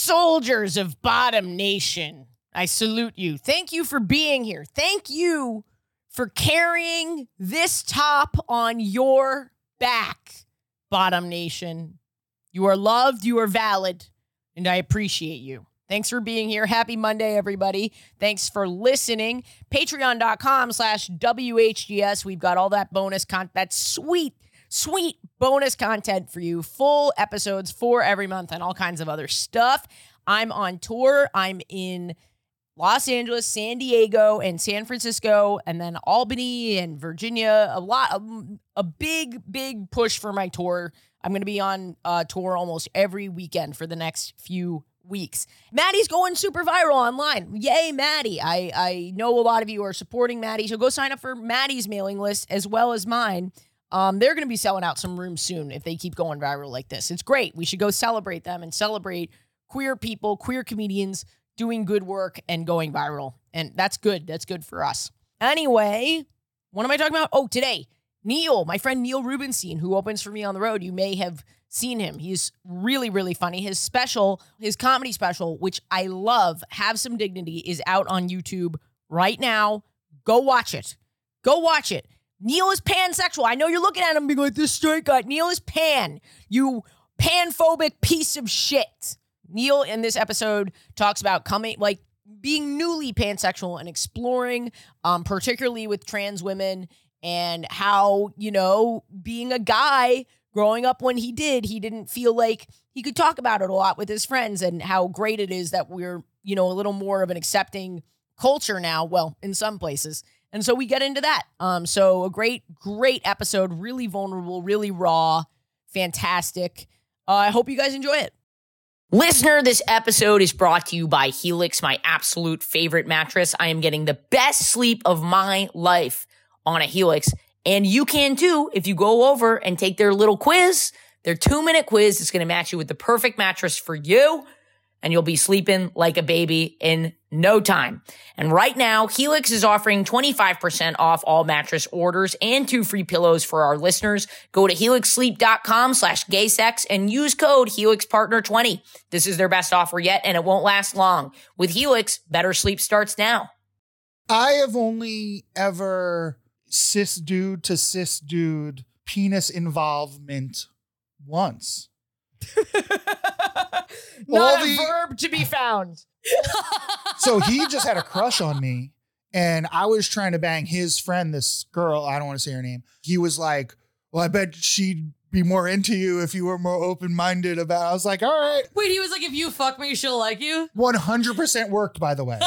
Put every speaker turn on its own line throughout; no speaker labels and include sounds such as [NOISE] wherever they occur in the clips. soldiers of Bottom Nation, I salute you. Thank you for being here. Thank you for carrying this top on your back, Bottom Nation. You are loved, you are valid, and I appreciate you. Thanks for being here. Happy Monday, everybody. Thanks for listening. Patreon.com slash WHGS. We've got all that bonus content, that sweet, sweet bonus content for you. Full episodes for every month and all kinds of other stuff. I'm on tour. I'm in Los Angeles, San Diego, and San Francisco, and then Albany and Virginia. A lot, um, a big, big push for my tour. I'm going to be on uh, tour almost every weekend for the next few weeks. Maddie's going super viral online. Yay, Maddie. I, I know a lot of you are supporting Maddie. So go sign up for Maddie's mailing list as well as mine. Um, they're going to be selling out some rooms soon if they keep going viral like this. It's great. We should go celebrate them and celebrate queer people, queer comedians doing good work and going viral. And that's good. That's good for us. Anyway, what am I talking about? Oh, today, Neil, my friend Neil Rubenstein, who opens for me on the road. You may have seen him. He's really, really funny. His special, his comedy special, which I love, Have Some Dignity, is out on YouTube right now. Go watch it. Go watch it. Neil is pansexual. I know you're looking at him being like, this straight guy. Neil is pan. You panphobic piece of shit. Neil in this episode talks about coming, like being newly pansexual and exploring, um, particularly with trans women, and how, you know, being a guy growing up when he did, he didn't feel like he could talk about it a lot with his friends and how great it is that we're, you know, a little more of an accepting culture now. Well, in some places. And so we get into that. Um, so a great, great episode, really vulnerable, really raw, fantastic. Uh, I hope you guys enjoy it. Listener, this episode is brought to you by Helix, my absolute favorite mattress. I am getting the best sleep of my life on a Helix. And you can too if you go over and take their little quiz, their two minute quiz. It's going to match you with the perfect mattress for you. And you'll be sleeping like a baby in no time. And right now, Helix is offering 25% off all mattress orders and two free pillows for our listeners. Go to helixsleep.com slash gaysex and use code HelixPartner20. This is their best offer yet, and it won't last long. With Helix, better sleep starts now.
I have only ever cis dude to cis dude penis involvement once.
Not
All
a
the-
verb to be found.
[LAUGHS] So he just had a crush on me, and I was trying to bang his friend, this girl. I don't want to say her name. He was like, Well, I bet she'd be more into you if you were more open minded about I was like, All right.
Wait, he was like, if you fuck me, she'll like you.
100% worked, by the way.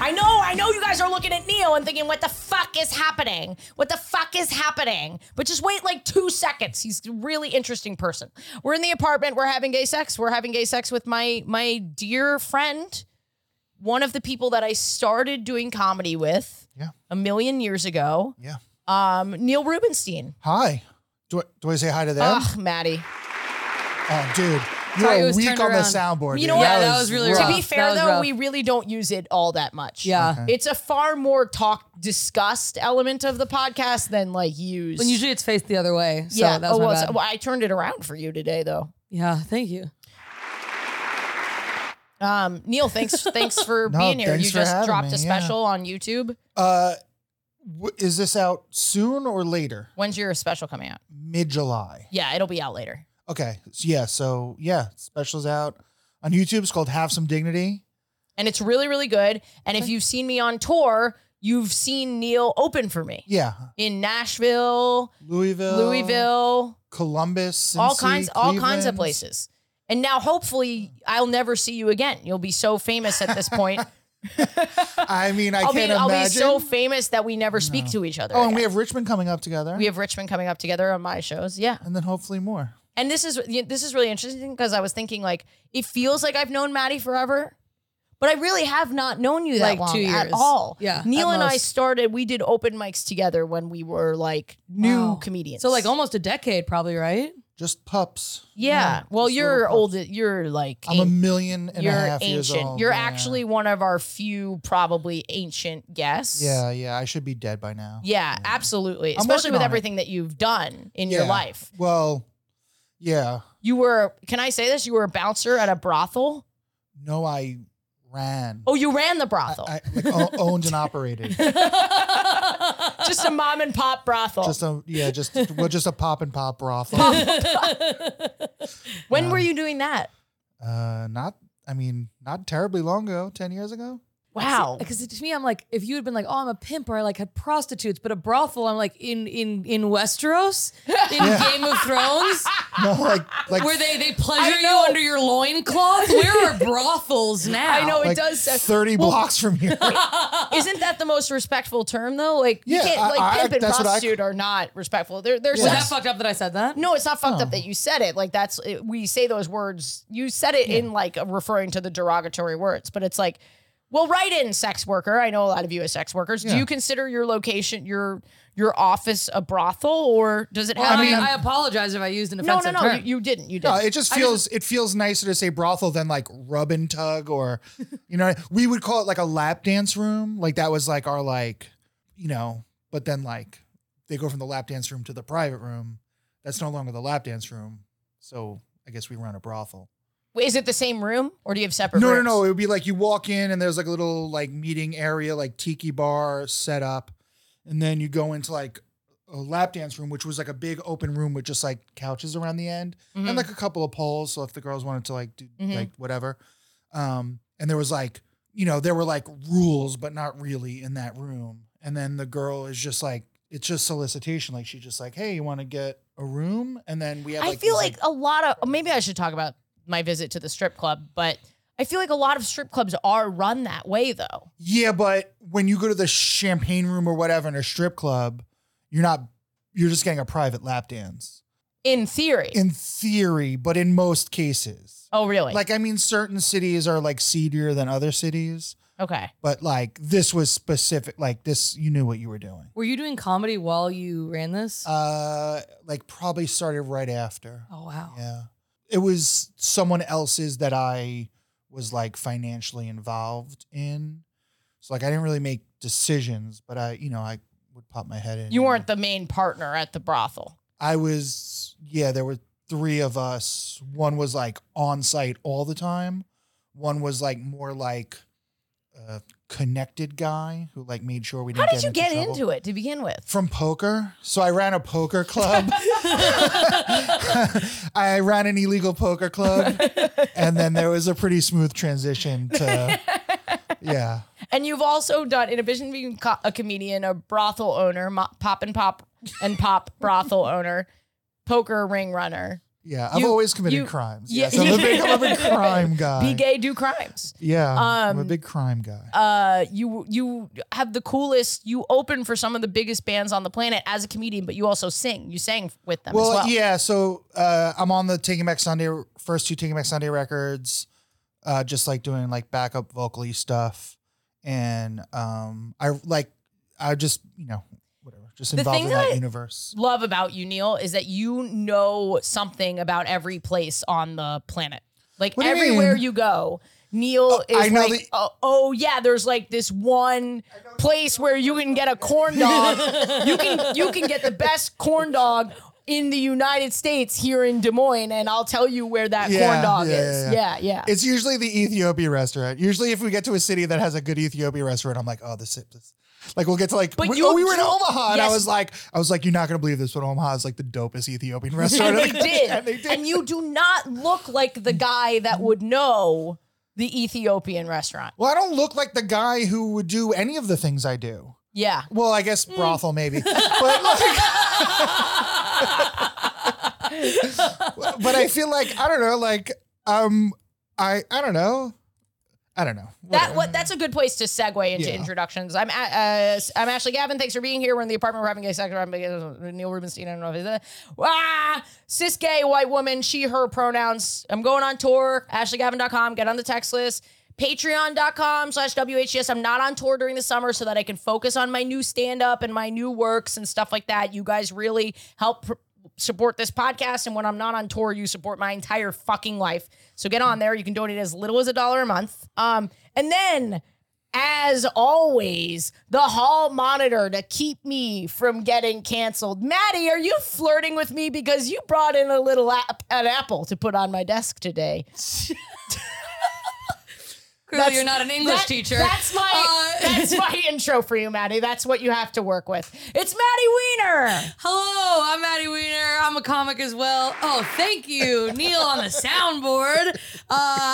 I know, I know you guys are looking at Neil and thinking, what the fuck is happening? What the fuck is happening? But just wait like two seconds. He's a really interesting person. We're in the apartment, we're having gay sex. We're having gay sex with my my dear friend, one of the people that I started doing comedy with
Yeah.
a million years ago.
Yeah.
Um, Neil Rubenstein.
Hi. Do I, do I say hi to them?
Ugh, Maddie.
oh, dude.
Sorry, it
You're
was
weak
turned
on the
around.
soundboard.
You
dude.
know what? Yeah,
that was really
rough.
To
rough.
be fair,
That was
though,
rough.
we really don't use it all that much.
Yeah.
Okay.
It's a far more talk discussed element of the podcast than like use.
And usually it's faced the other way. So
yeah.
that
oh,
was my
well,
bad.
so- well, I turned it around for you today, though.
yeah, thank you.
Um, Neil,
[LAUGHS]
thanks, thanks for
No,
being here.
thanks
You
for
just
having
dropped
me,
a
yeah.
special on YouTube.
Uh, w- is this out soon or later?
When's your special coming out?
Mid July.
Yeah, it'll be out later.
Okay. So, yeah. So yeah, specials out on YouTube. It's called Have Some Dignity.
And it's really, really good. And if you've seen me on tour, you've seen Neil open for me
Yeah.
in Nashville,
Oh.
Louisville.
Louisville,
Columbus.
all
Cincy,
kinds all kinds of
Cleveland.
places and now hopefully i'll never see you again you'll be so famous at this
[LAUGHS]
point
I mean, I
i'll
can't
be
imagine.
i'll be so famous that we never speak to each other
oh, and
again.
we have Richmond coming up together.
we have richmond coming up together on my shows yeah
and then hopefully more.
and this is this is really interesting because i was thinking like it feels like i've known maddie forever but i really have not known you that
Like
long
two
at
years.
all
Yeah,
neil
at
and i
most.
started we did open mics together when we were like new
Wow.
comedians
So like almost a decade, probably, right?
Just pups.
Yeah.
Yeah,
well,
just little
you're
pups.
old. You're like
I'm a
an-
million and a
you're
half years
ancient.
old.
You're
yeah.
actually one of our few probably ancient guests.
Yeah, yeah. I should be dead by now.
Yeah,
Yeah.
absolutely.
I'm
Especially
working on
with
it.
everything that you've done in your
Yeah.
life.
Well, yeah.
You were, can I say this? You were a bouncer at a brothel.
No, I ran.
Oh, you ran the
I,
brothel.
I like,
[LAUGHS]
o- owned and operated.
just a mom and pop [LAUGHS] brothel. [LAUGHS]
Just a yeah, just well, just a pop and pop brothel.
[LAUGHS] when
Yeah.
were you doing that?
Uh, not. I mean, not terribly long ago. Ten years
[LAUGHS]
ago.
Wow.
Because to me, I'm like, if you had been like, oh, I'm a pimp, or I like had prostitutes, but a brothel, I'm like, in in in
[LAUGHS]
Westeros, in
Yeah.
Game of Thrones,
No, like like
where they they pleasure you
know.
under your loincloth. Where are brothels
[LAUGHS]
now?
I know it
like
does.
[LAUGHS]
sound-
thirty blocks from
[LAUGHS]
here.
Isn't that the most respectful term though? Like you
Yeah,
can't
I-
like
I-
pimp and
that's what I-
prostitute are not respectful. They're they're
Was
Yeah.
sex-
that fucked up that I said that?
No, it's not fucked up
Oh.
that you said it. Like that's it, we say those words. You said it in like a referring to the derogatory words, but it's like, well, write in sex worker. I know a lot of you as sex workers. Do
Yeah.
you consider your location, your your office, a brothel, or does it
Well,
have?
I,
mean,
I apologize if I used an
no, no,
offensive
no.
term.
You, you didn't. You
No,
didn't.
it just feels it feels nicer to say brothel than like rub and tug or you know [LAUGHS] we would call it like a lap dance room like that was like our like you know but then like they go from the lap dance room to the private room that's no longer the lap dance room so I guess we run a brothel.
Wait, Is it the same room, or do you have separate?
No, no,
rooms?
no. It would be like you walk in and there's like a little like meeting area, like tiki bar set up, and then you go into like a lap dance room, which was like a big open room with just like couches around the end
Mhm.
and like a couple of poles. So if the girls wanted to like do
Mhm.
like whatever, um, and there was like you know there were like rules, but not really in that room. And then the girl is just like it's just solicitation. Like she's just like, hey, you want to get a room? And then we have.
I
Like,
feel
these,
like a lot of maybe I should talk about my visit to the strip club, but I feel like a lot of strip clubs are run that way though.
Yeah, but when you go to the champagne room or whatever in a strip club, you're not you're just getting a private lap dance.
In theory.
In theory, but in most cases.
oh, really?
Like I mean certain cities are like seedier than other cities,
okay.
but like this was specific like this you knew what you were doing.
Were you doing comedy while you ran this?
Uh like probably started right after.
oh wow.
Yeah. It was someone else's that I was like financially involved in. So like I didn't really make decisions, but I, you know, I would pop my head in.
You weren't the main partner at the brothel.
I was yeah, there were three of us. One was like on site all the time. One was like more like a connected guy who like made sure we
How
didn't
did you
into
get
trouble.
into it to begin with?
From poker. So I ran a poker club. [LAUGHS] I ran an illegal poker club. And then there was a pretty smooth transition
[LAUGHS]
to, yeah.
And you've also done, in addition to being co- a comedian, a brothel owner, mo- pop and pop and pop [LAUGHS] brothel owner, poker ring runner.
Yeah. I've
You-
always committed
you-
crimes.
yeah.
Yes. I'm, a big, I'm a
[LAUGHS]
big crime guy.
Be gay, do crimes.
Yeah. I'm a
Um,
big crime guy.
Uh, you you have the coolest. You open for some of the biggest bands on the planet as a comedian, but you also sing. You sang with them
well,
as well.
yeah. So uh, I'm on the Taking Back Sunday, first two Taking Back Sunday records, uh, just like doing like backup vocally stuff. And um, I like, I just, you know, whatever, just
The
involved
thing
in that
that-
universe.
Love about you, Neil, is that you know something about every place on the planet. Like
What do you
everywhere
mean?
you go, Neil is
I know
like,
the-
oh, oh, yeah, there's like this one place where you can get a
[LAUGHS]
corn dog. you can you can get the best corn dog in the United States here in Des Moines, and I'll tell you where that
Yeah,
corn dog
yeah,
is.
yeah,
Yeah, yeah.
It's usually the Ethiopia restaurant. Usually, if we get to a city that has a good Ethiopia restaurant, I'm like, oh, this is. This. Like we'll get to like
But
we,
you
oh, we were in
do-
Omaha and I
yes.
was like I was like you're not gonna believe this but Omaha is like the dopest
[LAUGHS]
Ethiopian restaurant in
and they
[LAUGHS] the country."
did.
and they did
And you do not look like the guy that would know the Ethiopian restaurant.
well I don't look like the guy who would do any of the things I do
Yeah.
Well, I guess brothel maybe, [LAUGHS] but like, but I feel like I don't know, like um, I I don't know, I don't know.
That what that's a good place to segue into
Yeah.
introductions. I'm a- uh, I'm Ashley Gavin. Thanks for being here. We're in the apartment. We're having gay sex. We're having gay- Neil Rubenstein. I don't know if he's there. Ah, cis gay white woman. She her pronouns. I'm going on tour. AshleyGavin.com. Get on the text list. Patreon.com slash WHS. I'm not on tour during the summer so that I can focus on my new stand up and my new works and stuff like that. You guys really help pr- support this podcast. And when I'm not on tour, you support my entire fucking life. So get on there. You can donate as little as a dollar a month. Um, and then, as always, the hall monitor to keep me from getting canceled. Maddie, are you flirting with me because you brought in a little app, an apple to put on my desk today?
Clearly,
That's-
you're not an English
That-
teacher.
That's my [LAUGHS]
Uh,
that's my intro for you, Maddie. That's what you have to work with. It's Maddie [GASPS] Wiener.
Hello, I'm Maddie Wiener. I'm a comic as well. Oh, thank you, Neil, on the soundboard. Uh,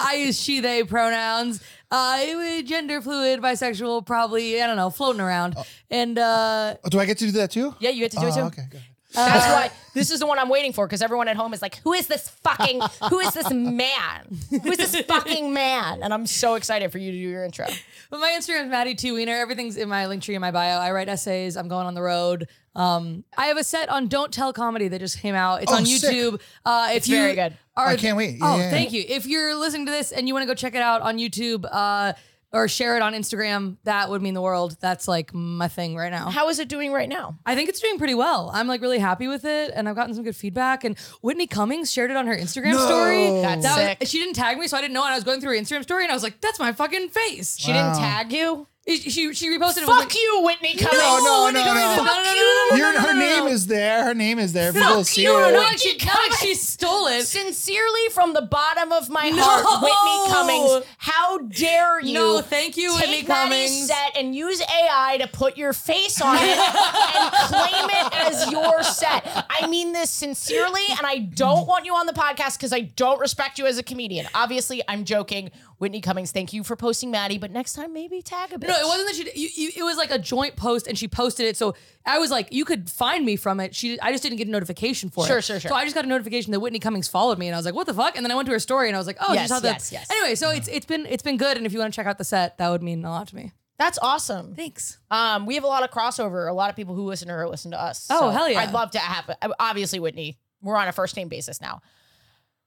I use she, they pronouns. Uh, it was gender fluid, bisexual, probably, I don't know, floating around. And uh,
Oh, do I get to do that too?
yeah, you get to do it too.
Oh, okay. Go ahead.
That's why this is the one I'm waiting for because everyone at home is like, who is this fucking, who is this man? Who is this fucking man? And I'm so excited for you to do your intro.
But my Instagram is Maddie T Wiener. Everything's in my link tree in my bio. I write essays. I'm going on the road. Um, I have a set on Don't Tell Comedy that just came out. It's
Oh,
on
sick.
YouTube. Uh, if you
very good.
Are,
I can't wait.
Oh,
Yeah.
thank you. If you're listening to this and you want to go check it out on YouTube uh, or share it on Instagram, that would mean the world. That's like my thing right now.
How is it doing right now?
I think it's doing pretty well. I'm like really happy with it, and I've gotten some good feedback. And Whitney Cummings shared it on her Instagram
No.
story.
That's
That was-
sick.
she didn't tag me, so I didn't know. And I was going through her Instagram story, and I was like, "That's my fucking face."
She
Wow.
didn't tag you?
She she, she reposted. it, it was
Fuck
like,
you, Whitney Cummings.
No, no,
Whitney
no,
Cummings
no.
is-
Fuck
no, no,
you.
no, no, no,
You're-
no, no,
her
no, no.
name is there. Her name is there. People
Fuck
see
you,
it.
No,
Whitney
like she, not like she stole it.
Sincerely, from the bottom of my
No.
heart, Whitney Cummings, how dare you?
No, thank you, Whitney
Take Maddie's
Cummings.
set and use AI to put your face on it and claim it as your set. I mean this sincerely, and I don't want you on the podcast because I don't respect you as a comedian. Obviously, I'm joking. Whitney Cummings, thank you for posting Maddie, but next time maybe tag a bit.
No, it wasn't that she. You, you, it was like a joint post, and she posted it. So I was like, you could find me from it. She, I just didn't get a notification for
Sure,
it.
sure, sure.
So I just got a notification that Whitney Cummings followed me, and I was like, what the fuck? And then I went to her story, and I was like, oh,
Yes,
she saw that.
yes, yes.
Anyway, so it's it's been it's been good, and if you want to check out the set, that would mean a lot to me.
That's awesome.
Thanks.
Um, we have a lot of crossover. A lot of people who listen to her listen to us.
Oh, hell yeah.
I'd love to have obviously Whitney. We're on a first name basis now.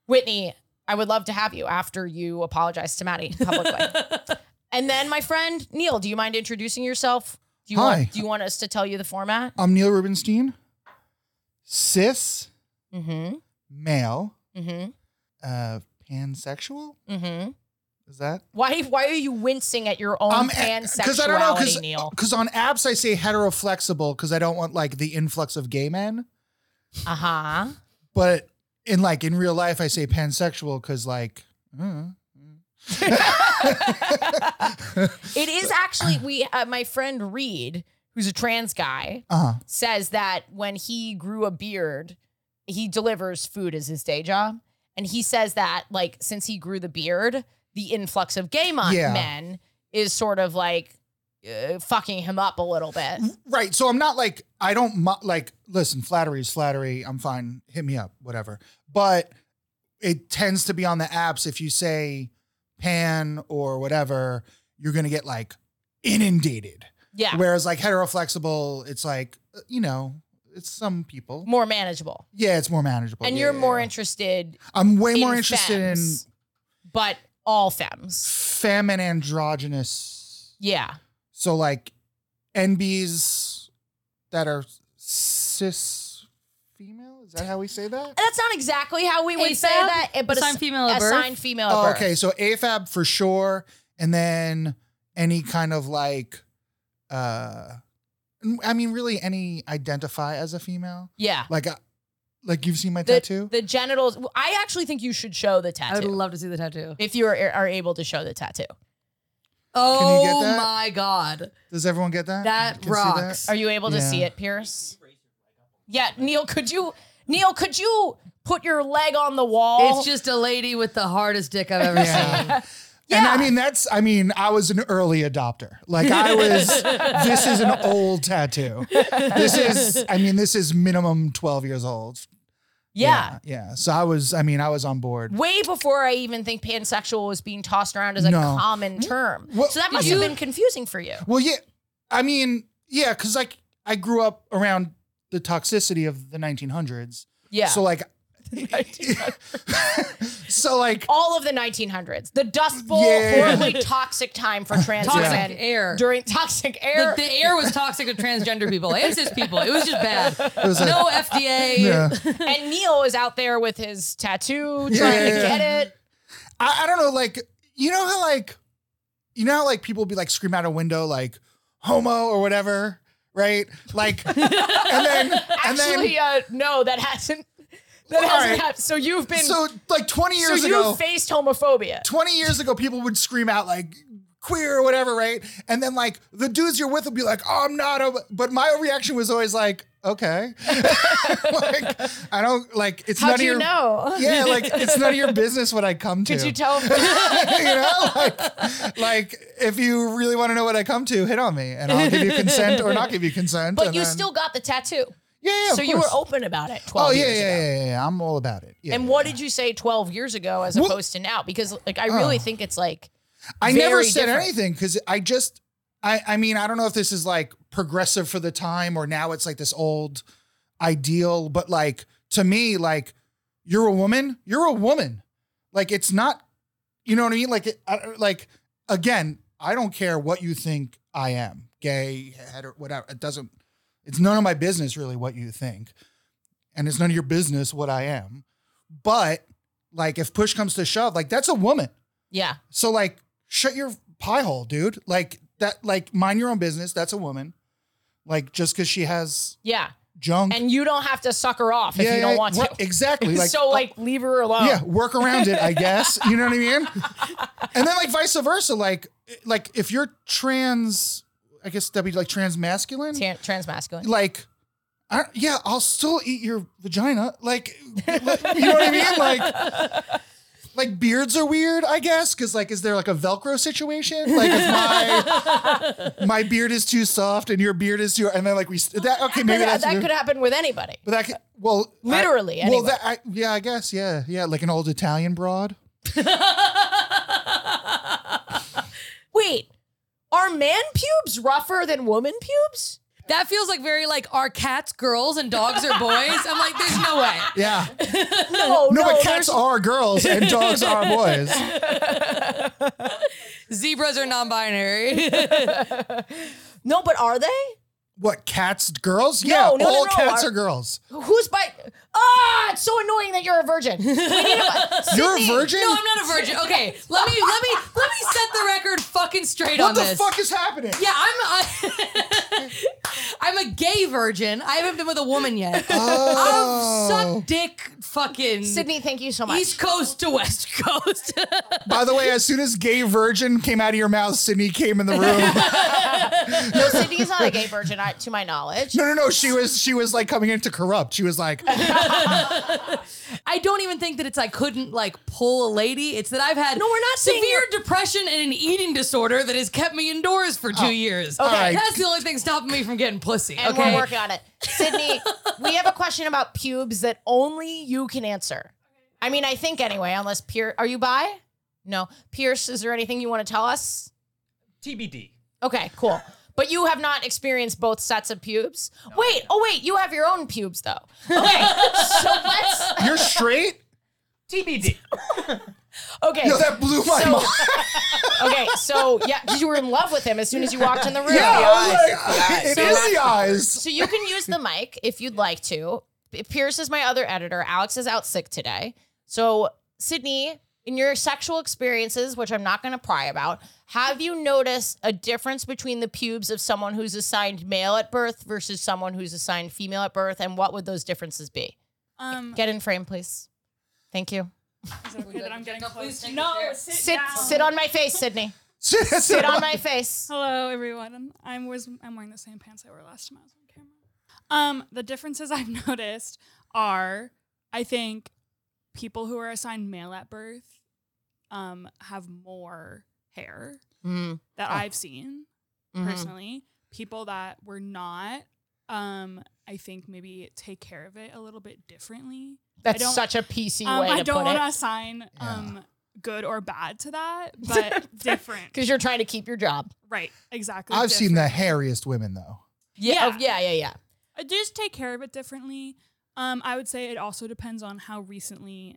Whitney, I would love to have you after you apologize to Maddie publicly. [LAUGHS] and then my friend Neil, do you mind introducing yourself? Do you
Hi.
want do you want us to tell you the format?
I'm Neil Rubenstein, cis,
Mm-hmm.
male,
Mm-hmm.
uh, pansexual.
Mm-hmm.
Is that?
Why why are you wincing at your own
I'm-
pansexuality, Neil?
because on apps I say heteroflexible because I don't want like the influx of gay men,
Uh-huh.
but in like in real life I say pansexual because like
[LAUGHS]
mm,
It is actually we uh, my friend Reed, who's a trans guy,
uh
says that when he grew a beard, he delivers food as his day job. And he says that, like, since he grew the beard, the influx of gay mon-
Yeah.
men is sort of like uh, fucking him up a little bit.
right. So I'm not like I don't mo- like listen. Flattery is flattery. I'm fine. Hit me up, whatever. But it tends to be on the apps if you say pan or whatever, you're gonna get like inundated.
Yeah.
Whereas like heteroflexible, it's like uh, you know, it's some people.
More manageable.
Yeah, it's more manageable.
And
Yeah,
you're
yeah,
more
yeah.
interested
I'm way
in
more interested
femmes, but all femmes.
in femme and androgynous.
Yeah.
So like NBs that are cis female. Is that how we say that?
That's not exactly how we would say
AFAB?
that, eh, but
Assigned
ass-
female at birth?
assigned female. at
Oh,
birth.
okay, so AFAB for sure, and then any kind of like, uh, I mean, really any identify as a female.
Yeah.
Like, uh, like you've seen my
The,
tattoo.
the genitals. I actually think you should show the
I would
tattoo.
love to see the tattoo.
if you are, are able to show the tattoo.
Oh
get that?
my god,
Does everyone get that?
that
You can see that?
rocks.
Are you able to
Yeah.
see it, Pierce? Yeah, Neil, could you Neil, could you put your leg on the wall?
It's just a lady with the hardest dick I've
[LAUGHS]
ever seen.
Yeah. And I
Yeah.
mean, that's, I mean, I was an early adopter. Like, I was,
[LAUGHS]
this is an old tattoo. This is, I mean, this is minimum 12 years old.
yeah.
Yeah. So I was, I mean, I was on board.
Way before I even think pansexual was being tossed around as a
No.
common term.
Well,
so that must
yeah.
have been confusing
[LAUGHS]
for you.
Well, yeah. I mean, yeah, because like I grew up around the toxicity of the 1900s.
Yeah.
So, like,
The 1900s.
So like
All of the 1900s. The Dust Bowl,
Yeah.
horribly toxic
[LAUGHS]
time for trans
Toxic
women.
air.
During toxic air.
The, the air was toxic to transgender people and cis people. It was
[LAUGHS]
just bad.
was
no FDA.
yeah.
and Neil is out there with his tattoo, trying
Yeah,
to
yeah,
get
yeah.
it.
I, I don't know, like you know how like you know how like people be like scream out a window like homo or whatever, right?
[LAUGHS]
Like and then and
Actually,
then
uh, no, that hasn't. That
All
hasn't
right.
happened. So you've been. So,
so like 20 years
you
ago
faced homophobia.
20 years ago people would scream out like queer or whatever, right? And then like the dudes you're with would be like, "Oh, I'm not a but my reaction was always like, "Okay." [LAUGHS] like I don't like it's
How
none
do
of
you
your
know?
[LAUGHS] Yeah, like it's none of your business what I come to.
Could
[LAUGHS]
you tell?
you know, like, like if you really want to know what I come to, hit on me, and I'll give you consent or not give you consent.
But
and
you
then-
still got the tattoo.
yeah, yeah, of
so you were
course.
open about it 12
Oh yeah, yeah,
years ago.
yeah, yeah, yeah. I'm all about it. Yeah,
And
yeah,
what
yeah.
did you say 12 years ago as
Well- uh.
opposed to now? Because like I really think it's like
I never
very
said
different.
anything because I just, I, I mean, I don't know if this is like progressive for the time or now it's like this old ideal, but like to me, like you're a woman, you're a woman. Like it's not, you know what I mean? Like, it, I, like again, I don't care what you think I am, gay, hetero, whatever. It doesn't. It's none of my business really what you think, and it's none of your business what I am. But like, if push comes to shove, like that's a woman.
yeah.
So like, shut your pie hole, dude. Like that. Like, mind your own business. That's a woman. Like, just because she has
Yeah.
junk,
And you don't have to suck her off if you don't want
right,
to. [LAUGHS]
exactly. Like,
so
uh,
like oh. leave her alone.
yeah, work around it, I guess. You know what I mean? And then like vice versa. Like, like if you're trans, I guess that'd be like trans masculine.
Tan- transmasculine.
like. I, yeah, I'll still eat your vagina. Like, like, you know what I mean? Like, like beards are weird, I guess. Cause like, is there like a Velcro situation? Like, if my my beard is too soft and your beard is too and then like we that okay maybe
that,
that's
that could happen with anybody.
but that could, well I-
Literally,
well
anyway.
that I, yeah I guess yeah yeah like an old Italian broad
Wait. Are man pubes rougher than woman pubes?
That feels like very like are cats girls and dogs are boys. I'm like, there's no way.
[LAUGHS]
yeah
No,
[LAUGHS] no,
no,
but
there's-
cats are girls and dogs
[LAUGHS]
are boys
Zebras are non-binary. [LAUGHS]
no, but are they?
what cats girls yeah
no, no,
all
no,
cats
are-
are girls
Who's by? Ah, it's so annoying that you're a virgin. We need a,
you're a
Sydney,
virgin
No, I'm not a virgin. Okay, let me let me let me set the record fucking straight
what
on
the
this.
fuck is happening
Yeah, I'm I, [LAUGHS] I'm a gay virgin. I haven't been with a woman yet.
Oh.
I've sucked dick fucking
Sydney, thank you so much.
East Coast to West Coast. [LAUGHS]
by the way as soon as gay virgin came out of your mouth Sydney came in the room
No, Sydney's not a gay virgin, I, to
[LAUGHS]
my knowledge.
no no no she was she was like coming in to corrupt she was like
I don't even think that it's I couldn't like pull a lady. It's that I've had
No, we're not saying
severe
you're-
depression and an eating disorder that has kept me indoors for
Oh.
two years.
all right.
That's the only thing stopping me from getting pussy.
and
okay.
we're working on it. Sydney, we have a question about pubes that only you can answer. I mean, I think anyway, unless Pierce, are you by? No. Pierce, is there anything you want to tell us?
TBD.
Okay, cool. But you have not experienced both sets of pubes. Wait, oh wait, you have your own pubes though. Okay, so let's.
you're straight
TBD.
[LAUGHS]
Okay,
yo that blew my
So-
mind
okay, so yeah, 'cause you were in love with him as soon as you walked in the room.
yeah oh I was like, [LAUGHS]
eyes.
it is the eyes
So you can use the mic if you'd like to. Pierce is my other editor. Alex is out sick today. So, Sydney, in your sexual experiences, which I'm not going to pry about, have you noticed a difference between the pubes of someone who's assigned male at birth versus someone who's assigned female at birth? And what would those differences be?
Um,
Get in frame, please. Thank you.
is it okay that I'm getting close?
take
No,
a chair.
sit,
Sit,
down.
sit on my face, Sydney. [LAUGHS] Sit on my
[LAUGHS]
face.
Hello, everyone. I'm wears, I'm wearing the same pants I wore last time I was on camera. Um, the differences [LAUGHS] I've noticed are, I think, people who are assigned male at birth, um, have more hair
Mm,
that
Oh.
I've seen Mm-hmm.
mhm.
personally. People that were not, um, I think maybe take care of it a little bit differently. I
That's
don't-
such a PC
Um,
way
I
to
don't
put
want to
it.
assign
Yeah.
um, good or bad to [LAUGHS] that, but different.
Because you're trying to keep your job.
Right, exactly.
I've seen the
different.
hairiest women though.
Yeah.
Yeah.
oh, yeah, yeah, yeah.
I just take care of it differently. Um, I would say it also depends on how recently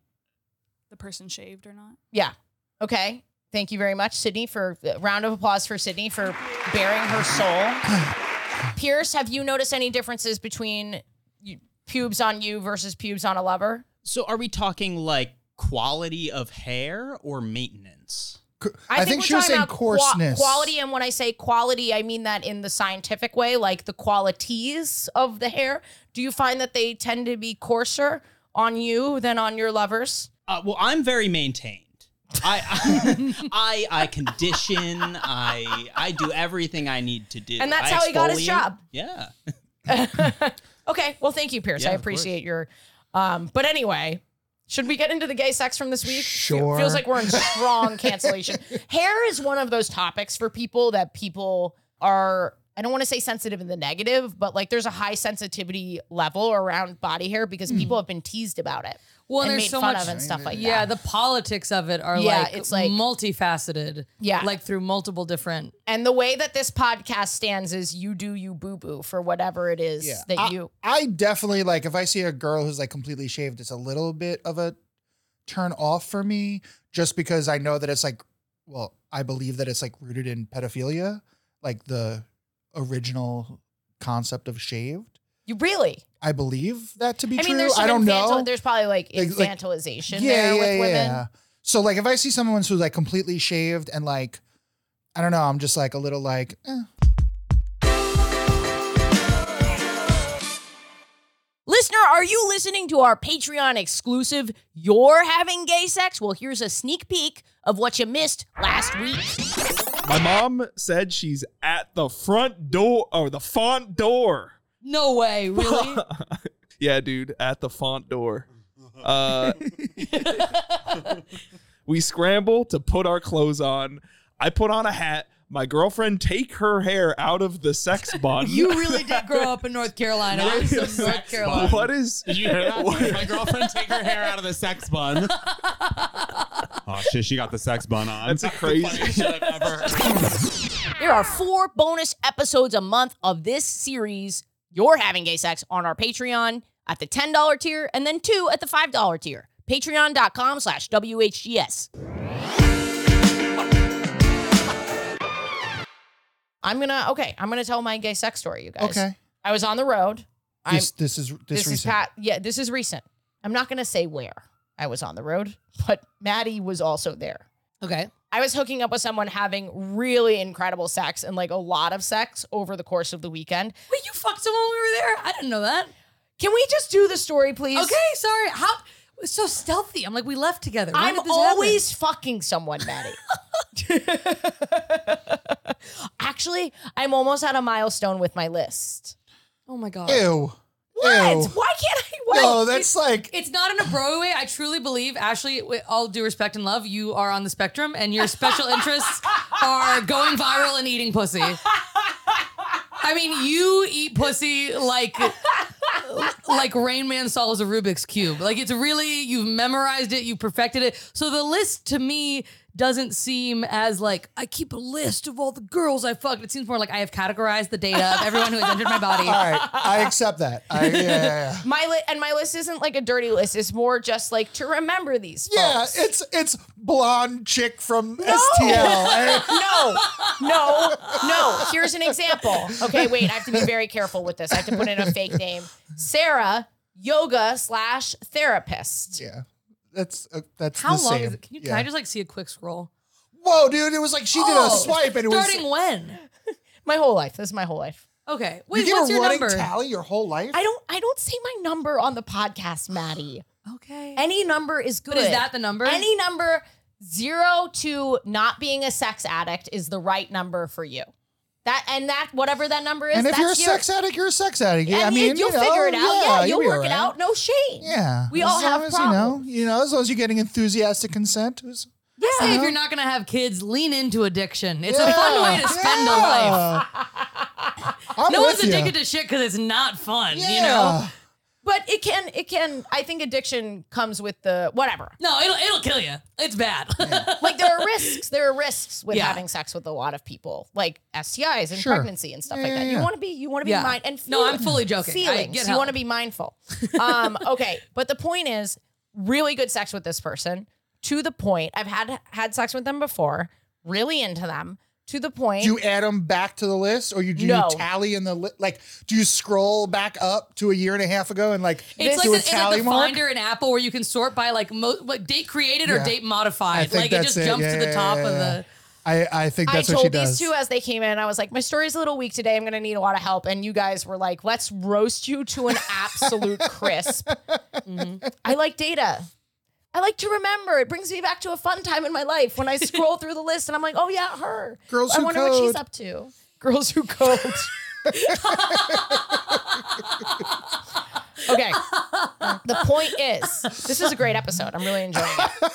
the person shaved or not.
Yeah. Okay. Thank you very much, Sydney, for uh, round of applause for Sydney for bearing her soul.
[COUGHS]
Pierce, have you noticed any differences between you, pubes on you versus pubes on a lover?
So are we talking like quality of hair or maintenance?
I, think, she was saying
qua-
coarseness.
quality, and when I say quality, I mean that in the scientific way, like the qualities of the hair. Do you find that they tend to be coarser on you than on your lovers?
Uh, well, I'm very maintained. I, [LAUGHS] I I condition. I I do everything I need to do.
And that's
I
how he got his
exfoliate.
job.
Yeah.
Okay. Well, thank you, Pierce.
Yeah,
I
of course.
appreciate your. Um, but anyway, should we get into the gay sex from this week? Fe-
Sure.
Feels like we're in
[LAUGHS]
strong cancellation. Hair is one of those topics for people that people are. I don't want to say sensitive in the negative, but like there's a high sensitivity level around body hair
Hmm.
because people have been teased about it
Well,
and
there's
made
so
fun
much-
of and stuff like
Yeah,
that.
the politics of it are
Yeah,
like
it's like-
multifaceted.
Yeah.
like through multiple different.
And the way that this podcast stands is you do you boo boo for whatever it is
Yeah.
that
I,
you.
I definitely like if I see a girl who's like completely shaved, it's a little bit of a turn off for me just because I know that it's like, well, I believe that it's like rooted in pedophilia, like the original concept of shaved.
You really?
I believe that to be
I
true.
mean, there's some
I don't
infantil-
know.
There's probably like
Like- like-
infantilization there with women.
So like if I see someone who's like completely shaved and like I don't know, I'm just like a little like eh.
Listener, are you listening to our Patreon exclusive You're Having Gay Sex? Well, here's a sneak peek of what you missed last week.
My mom said she's at the front door or the font door.
No
[LAUGHS]
way, really.
yeah, dude, at the font door. Uh, [LAUGHS] we scramble to put our clothes on. I put on a hat. My girlfriend take her hair out of the sex
[LAUGHS]
bun.
you really did grow up in
[LAUGHS]
North Carolina. I'm from North Carolina.
what is
Did [LAUGHS] you hear that?
What-
My girlfriend take her hair out of the sex
[LAUGHS]
bun. oh shit, she got the sex bun on.
That's crazy.
the funniest shit I've ever heard.
There are four bonus episodes a month of this series, You're Having Gay Sex, on our Patreon at the $10 tier and then two at the $5 tier. Patreon.com slash WHGS. I'm gonna, okay, I'm gonna tell my gay sex story, you guys.
okay.
I was on the road. I'm-
This this is this,
this is
recent.
pat yeah this is recent i'm not going to say where i was on the road but maddie was also there
Okay.
i was hooking up with someone having really incredible sex and like a lot of sex over the course of the weekend
Wait, you fucked someone when we were there? I didn't know that.
can we just do the story please
Okay, sorry. How? it was so stealthy. I'm like, we left together. When
i'm
did this happen?
always fucking someone maddie actually i'm almost at a milestone with my list
Oh my god.
Ew.
what
Ew.
why can't i why?
No, that's like
It's not in a bro way. I truly believe, Ashley, with all due respect and love, you are on the spectrum, and your special interests are going viral and eating pussy. I mean, you eat pussy like like Rain Man solves a Rubik's cube. Like it's really you've memorized it, you perfected it. So the list to me doesn't seem as like I keep a list of all the girls I fucked. It seems more like I have categorized the data of everyone who has entered my
[LAUGHS]
body.
all right. I accept that. I, yeah,
[LAUGHS]
yeah, yeah.
my li- and my list isn't like a dirty list it's more just like to remember these
Yeah,
folks.
it's it's blonde chick from STL. I-
[LAUGHS]
No, no, no. Here's an example. Okay, wait, I have to be very careful with this. I have to put in a fake name. Sarah, yoga slash therapist.
yeah, that's uh, that's
How
the
long
same.
is it? Can you can
Yeah.
I just like see a quick scroll?
Whoa, dude! It was like she did
Oh,
a swipe and it was.
Starting when?
My whole life. This is my whole life.
Okay.
you
Wait,
get
what's
a
your
running
number?
tally your whole life.
I don't I don't say my number on the podcast, Maddie.
okay.
Any number is good.
but is that the number?
any number zero to not being a sex addict is the right number for you. That and that whatever that number is,
and if
that's
you're a
your,
sex addict, you're a sex addict. Yeah,
and
I mean,
you'll
you know,
figure it out. Yeah,
you'll
you'll
be
work
all
it
right.
out. No shame.
Yeah,
We
as
all
long
have
as, You know, you know, as long as you're getting enthusiastic consent. it's-
Say if you're not gonna have kids, lean into addiction. It's a
Uh-huh. Yeah,
fun way to spend a life.
yeah. I'm
No one's
with ya.
addicted to shit because it's not fun.
yeah.
You know.
But it can, it can. I think addiction comes with the whatever.
No, it'll it'll kill you. It's bad.
Like there are risks. There are risks with
Yeah.
having sex with a lot of people, like STIs and
Sure.
pregnancy and stuff like
Yeah,
that.
yeah,
You
yeah.
want to be, you want to be
Yeah.
mind and
No, I'm
feel-
fully joking. I
Feelings.
get
you
help.
want to be
[LAUGHS]
mindful. Um, okay, but the point is, really good sex with this person to the point. I've had had sex with them before. Really into them to the point.
Do you add them back to the list, or you do
No.
you tally in the li- like? Do you scroll back up to a year and a half ago and like
[LAUGHS] It's like
do
the,
a
it's like
tally
the
mark?
Finder in Apple where you can sort by like mo- like date created or
Yeah.
date
I
modified.
think
Like it
that's
just
it.
jumps
Yeah,
to the
yeah,
top
yeah,
of
yeah.
the.
I I think that's
I
what she
told
does. [LAUGHS]
these two as they came in. I was like, my story's a little weak today. I'm going to need a lot of help. And you guys were like, let's roast you to an absolute crisp. Mm-hmm. I like data. I like to remember. It brings me back to a fun time in my
[LAUGHS]
life when I scroll through the list and I'm like, oh, yeah, her.
Girls
I
Who
wonder what she's
Code.
up to. Girls who code. [LAUGHS] okay. The point is, this is a great episode. I'm really enjoying it.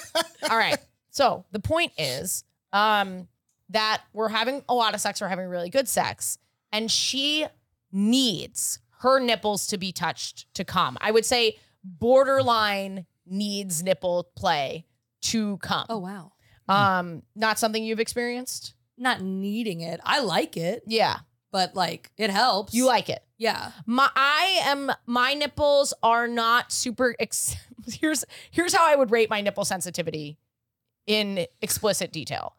All right. So the point is, um, that we're having a lot of sex, we're having really good sex, and she needs her nipples to be touched to come. I would say borderline needs nipple play to come.
Oh wow!
Um, not something you've experienced.
Not needing it. I like it,
Yeah,
but like it helps.
you like it.
Yeah.
My I am my nipples are not super. Ex- [LAUGHS] here's here's how I would rate my nipple sensitivity in explicit detail.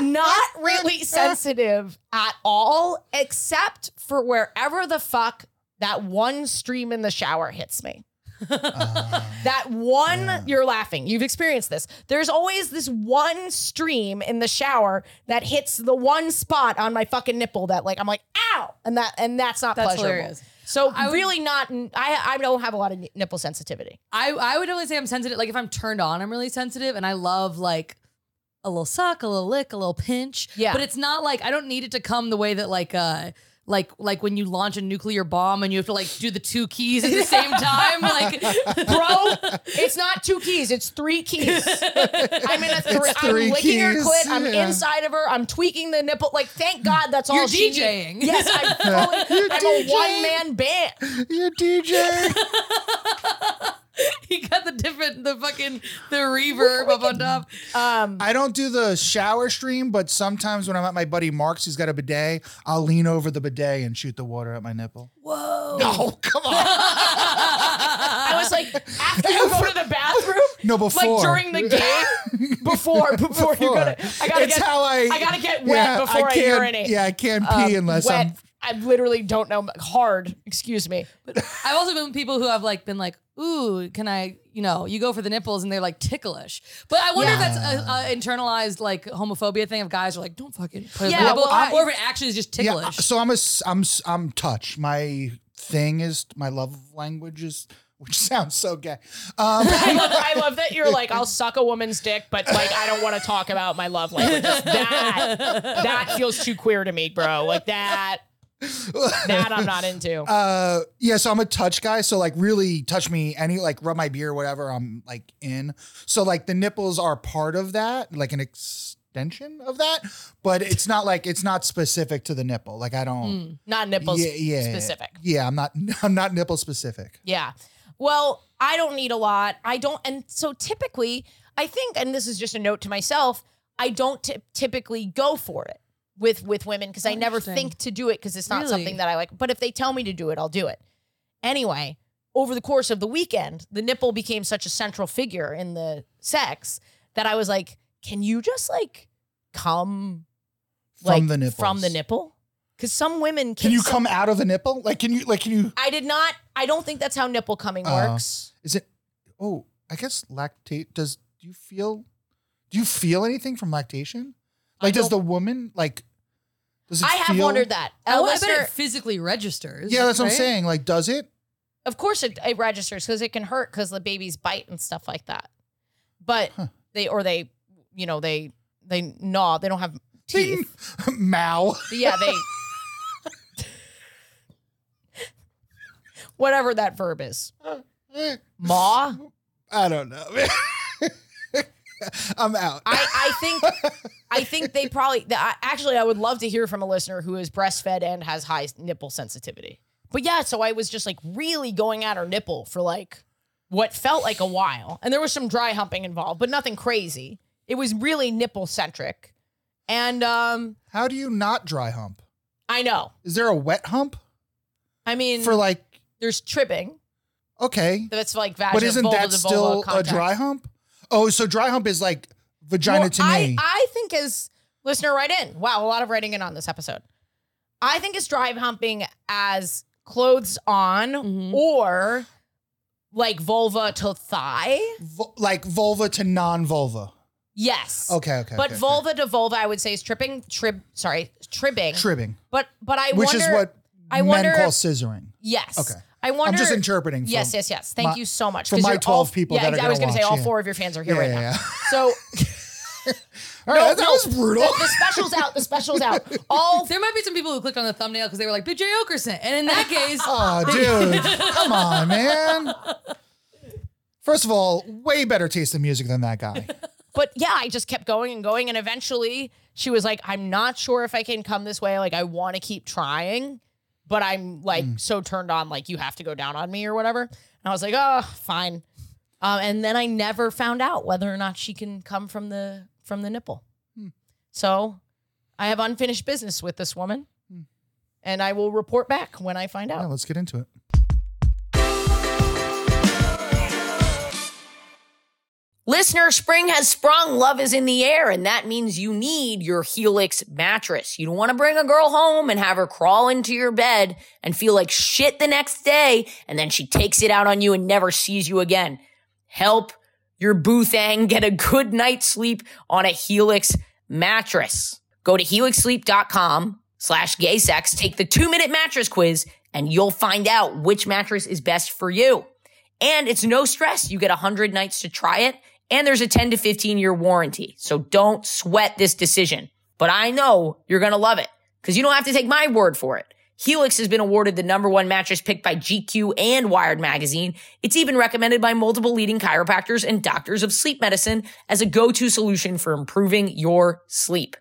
not really sensitive at all, except for wherever the fuck that one stream in the shower hits me. that one,
Yeah.
you're laughing. You've experienced this. There's always this one stream in the shower that hits the one spot on my fucking nipple that, like, I'm like, ow, and that, and that's not
That's
pleasurable.
hilarious.
So
I would-
really not. I I don't have a lot of n- nipple sensitivity.
I I would definitely say I'm sensitive. Like if I'm turned on, I'm really sensitive, and I love like a little suck, a little lick, a little pinch.
Yeah.
But it's not like I don't need it to come the way that like uh like like when you launch a nuclear bomb and you have to like do the two keys at the
[LAUGHS]
same time. Like [LAUGHS]
Bro, it's not two keys. It's
[LAUGHS]
three keys. I'm in a three.
It's three
I'm licking her
keys,
clit. I'm
yeah.
inside of her. I'm tweaking the nipple. Like, thank God that's all
You're
she
DJing.
needed. Yes,
[LAUGHS]
I'm, fully,
You're
I'm a
DJing.
one man band.
you DJ.
he got the different the fucking the reverb up on top.
Um,
I don't do the shower stream, but sometimes when I'm at my buddy Mark's, who's got a bidet, I'll lean over the bidet and shoot the water at my nipple.
Whoa.
No, [LAUGHS] come on.
I was like, after you go to the bathroom,
Uh. [LAUGHS] No, before.
like during the
[LAUGHS]
game, before, before, you go to, I gotta
it's
get,
how I,
I gotta get wet before I
can't,
urinate.
Yeah, I can't
um,
pee unless
wet.
I'm.
I literally don't know hard. Excuse me.
I've also been with people who have like been like, "Ooh, can I?" You know, you go for the nipples and they're like ticklish. But I wonder if that's an internalized like homophobia thing of guys are like, "Don't fucking put
Yeah,
yeah, nipple,"
well, I-
or if it actually is just
Yeah, uh,
ticklish.
so I'm a, s- I'm, s- I'm touch. My thing is my love language is, which [LAUGHS] sounds so gay. Um,
I love, I love that you're like, I'll suck a woman's dick, but like, I don't want to talk about my love languages. That that feels too queer to me, bro. Like that. That I'm not into.
uh yeah so i'm a touch guy so like really touch me any like rub my beer whatever i'm like in so like the nipples are part of that like an extension of that but it's not like it's not specific to the nipple like i don't
Not nipples
yeah, yeah
specific.
yeah i'm not [LAUGHS] i'm not nipple specific
Yeah. Well, I don't need a lot. I don't. And so typically, I think, and this is just a note to myself, I don't ty- typically go for it with with women because I never
Oh, Interesting.
think to do it because it's not
Really?
something that I like. But if they tell me to do it, I'll do it. Anyway, over the course of the weekend, the nipple became such a central figure in the sex that I was like, "Can you just like come
from
like,
the nipple
from the nipple?" Because some women
can you
kiss-
come out of the nipple like can you like can you
I did not. I don't think that's how nipple coming
Oh.
works.
is it oh i guess lactate does do you feel do you feel anything from lactation like does the woman like does it
Oh, I have
feel-
wondered that.
I,
A
wa- I bet
listener-
it physically registers.
Yeah, that's what
right?
I'm saying. Like, does it?
of course, it, it registers because it can hurt because the babies bite and stuff like that. But they or they, you know, they they gnaw. They don't have teeth.
[LAUGHS] Mal.
But yeah,
[LAUGHS]
they. Whatever that verb is, maw.
I don't know. [LAUGHS] I'm out.
I, I think I think they probably. the- I- Actually, I would love to hear from a listener who is breastfed and has high nipple sensitivity But yeah, so I was just like really going at her nipple for like what felt like a while. And there was some dry humping involved, but nothing crazy. It was really nipple centric. And um
How do you not dry hump?
I know.
Is there a wet hump
I mean
for like?
there's tripping.
Okay,
That's like vaginal
but isn't
vulva
that
to vulva
still a
contact.
dry hump? Oh, so dry hump is like vagina
Well,
to
I,
knee.
I think as listener write in. Wow, a lot of writing in on this episode. I think it's drive humping as clothes on
Mhm.
or like vulva to thigh.
Vul- like vulva to non-vulva.
Yes.
Okay, okay.
But
okay, okay.
vulva to vulva, I would say is tripping, trib, sorry, tribbing.
tribbing,
but but I
which
wonder.
is what
I
men
wonder-
call scissoring.
Yes.
Okay.
I wonder.
I'm just interpreting. From,
yes, yes, yes. Thank
my-
you so much.
from
'Cause
my
you're
12
all-
people
Yeah,
that are
I was
gonna
gonna say all
watch, yeah.
four of your fans are here
Yeah,
right
yeah, yeah. [LAUGHS]
now. So
All right, that,
no,
that was brutal.
the, the special's out. The special's out. All
There might be some people who clicked on the thumbnail because they were like, "Bitch, Jay Okerson," and in [LAUGHS] that case,
[LAUGHS]
Oh, dude. Come on, man. First of all, way better taste in music than that guy.
but yeah, I just kept going and going. And eventually she was like, I'm not sure if I can come this way. Like, I want to keep trying, but I'm like so turned on, like, you have to go down on me or whatever. And I was like, oh, fine. Um, and then I never found out whether or not she can come from the from the nipple. So I have unfinished business with this woman. And I will report back when I find
Yeah,
out.
let's get into it.
Listener, spring has sprung. Love is in the air, and that means you need your Helix mattress. You don't want to bring a girl home and have her crawl into your bed and feel like shit the next day, and then she takes it out on you and never sees you again. Help your boo thang get a good night's sleep on a Helix mattress. Go to helixsleep.com slash gay sex, take the two minute mattress quiz, and you'll find out which mattress is best for you. And it's no stress. You get 100 nights to try it, and there's a 10 to 15 year warranty. So don't sweat this decision. But I know you're going to love it because you don't have to take my word for it. Helix has been awarded the number one mattress picked by GQ and Wired Magazine. It's even recommended by multiple leading chiropractors and doctors of sleep medicine as a go to solution for improving your sleep.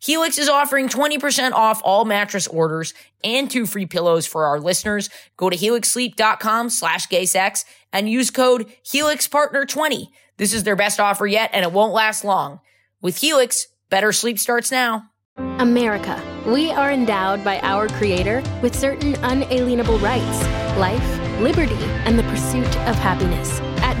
Helix is offering 20% off all mattress orders and two free pillows for our listeners. Go to helixsleep.com slash gaysex and use code HelixPartner20. This is their best offer yet, and it won't last long. With Helix, better sleep starts now.
America, we are endowed by our Creator with certain unalienable rights life, liberty, and the pursuit of happiness. At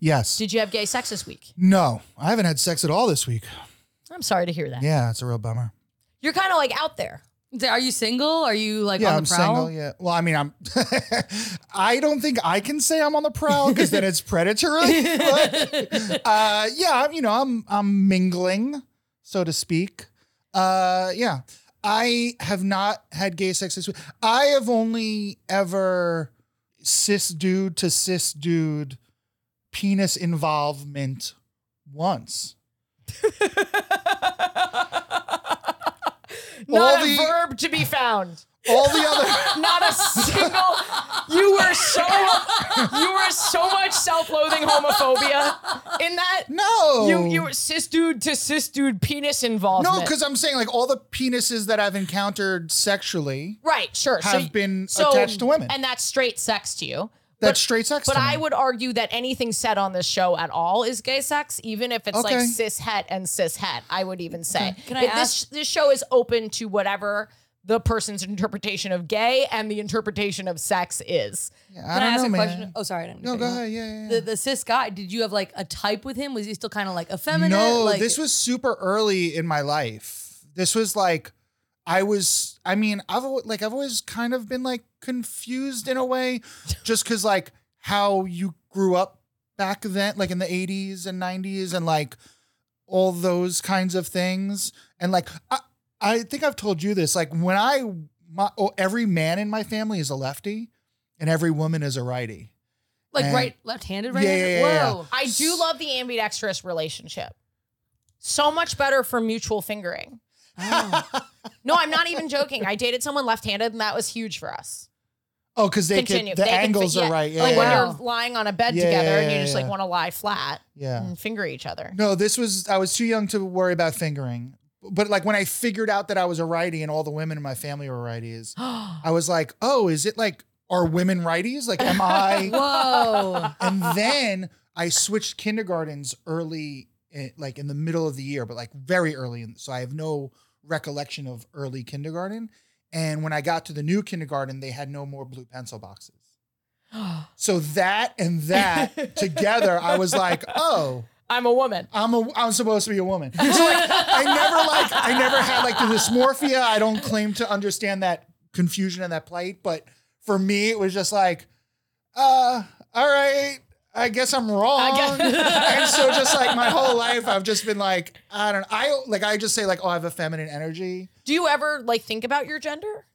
Yes.
did you have gay sex this week?
no, I haven't had sex at all this week.
I'm sorry to hear that.
Yeah, it's a real bummer.
You're kind of like out there.
are you single? Are you like
yeah,
on the
I'm
prowl?
single. Yeah. Well, I mean, I'm. [LAUGHS] I don't think I can say I'm on the prowl because then it's predatory.
[LAUGHS]
But, uh, yeah, I'm. You know, I'm. I'm mingling, so to speak. Uh, yeah, I have not had gay sex this week. I have only ever cis dude to cis dude penis involvement
[LAUGHS]
once.
Not
All
a
the-
verb
[LAUGHS]
to be found.
All the other.
[LAUGHS]
not a single. You were so you were so much self-loathing homophobia in that.
No.
You you were cis dude to cis dude penis involvement.
No, because I'm saying like all the penises that I've encountered sexually
right, sure,
have
so,
been
so-
attached to women.
and that's straight sex to you.
That's
but,
straight sex.
But
to
I
me.
would argue that anything said on this show at all is gay sex, even if it's
Okay.
like cis het and cis het. I would even say.
Can I
It-
ask-
This this show is open to whatever the person's interpretation of gay and the interpretation of sex is.
Yeah,
Can I,
don't
ask
know,
a
man.
question? Oh, sorry. I didn't
No,
mean to
go
cut you off.
ahead. Yeah, yeah. yeah.
The, the cis guy, did you have like a type with him? Was he still kind of like effeminate?
no,
like,
this was super early in my life. This was like, I was. I mean, I've al- like I've always kind of been like confused in a
[LAUGHS]
way, just because like how you grew up back then, like in the '80s and '90s, and like all those kinds of things, and like I, I think I've told you this. Like when I, my oh, every man in my family is a lefty, and every woman is a righty.
Like
And-
right, left-handed, right?
Yeah,
handed?
yeah, yeah,
Whoa.
I do love the ambidextrous relationship. So much better for mutual fingering. no, I'm not even joking. I dated someone left-handed, and that was huge for us.
Oh, because they could,
Continue.
the
They can
angles
fit-
are
yeah.
right. Yeah,
like
yeah,
when you're lying on a bed
Yeah,
together,
yeah,
and you
yeah,
just like
yeah.
want to lie flat
yeah.
and finger
[GASPS]
each other. [GASPS]
No, this was I was too young to worry about fingering. But like when I figured out that I was a righty and all the women in my family were righties, I was like, oh, is it like are women righties? Like am
[LAUGHS]
I?
Whoa.
and then I switched kindergartens early, eh, like in the middle of the year, but like very early, in- so I have no recollection of early kindergarten. And when I got to the new kindergarten, they had no more blue pencil boxes. So that and that together, I was like, oh.
I'm a woman.
I'm a I'm supposed to be a woman. So like, I never like I never had like the dysmorphia. I don't claim to understand that confusion and that plight, but for me it was just like, uh, all right, I guess [LAUGHS] I'm wrong. and so just like my whole life I've just been like, I don't I like I just say like, oh, I have a feminine energy.
Do you ever like think about your gender?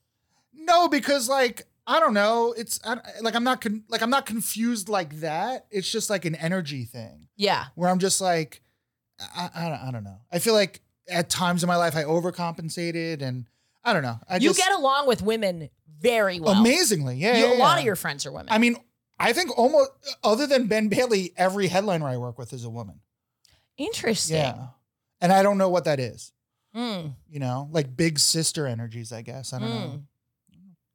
No, because like I don't know. It's I, like I'm not con- like I'm not confused like that. It's just like an energy thing.
Yeah.
where I'm just like, I, I, don't, I don't know. I feel like at times in my life I overcompensated, and I don't know. I
you
just,
get along with women very well.
amazingly, yeah,
You-
yeah,
a lot
yeah.
of your friends are women.
I mean, I think almost other than Ben Bailey, every headliner I work with is a woman.
Interesting.
Yeah, and I don't know what that is.
Mm,
You know, like big sister energies, I guess. I don't know.
mm.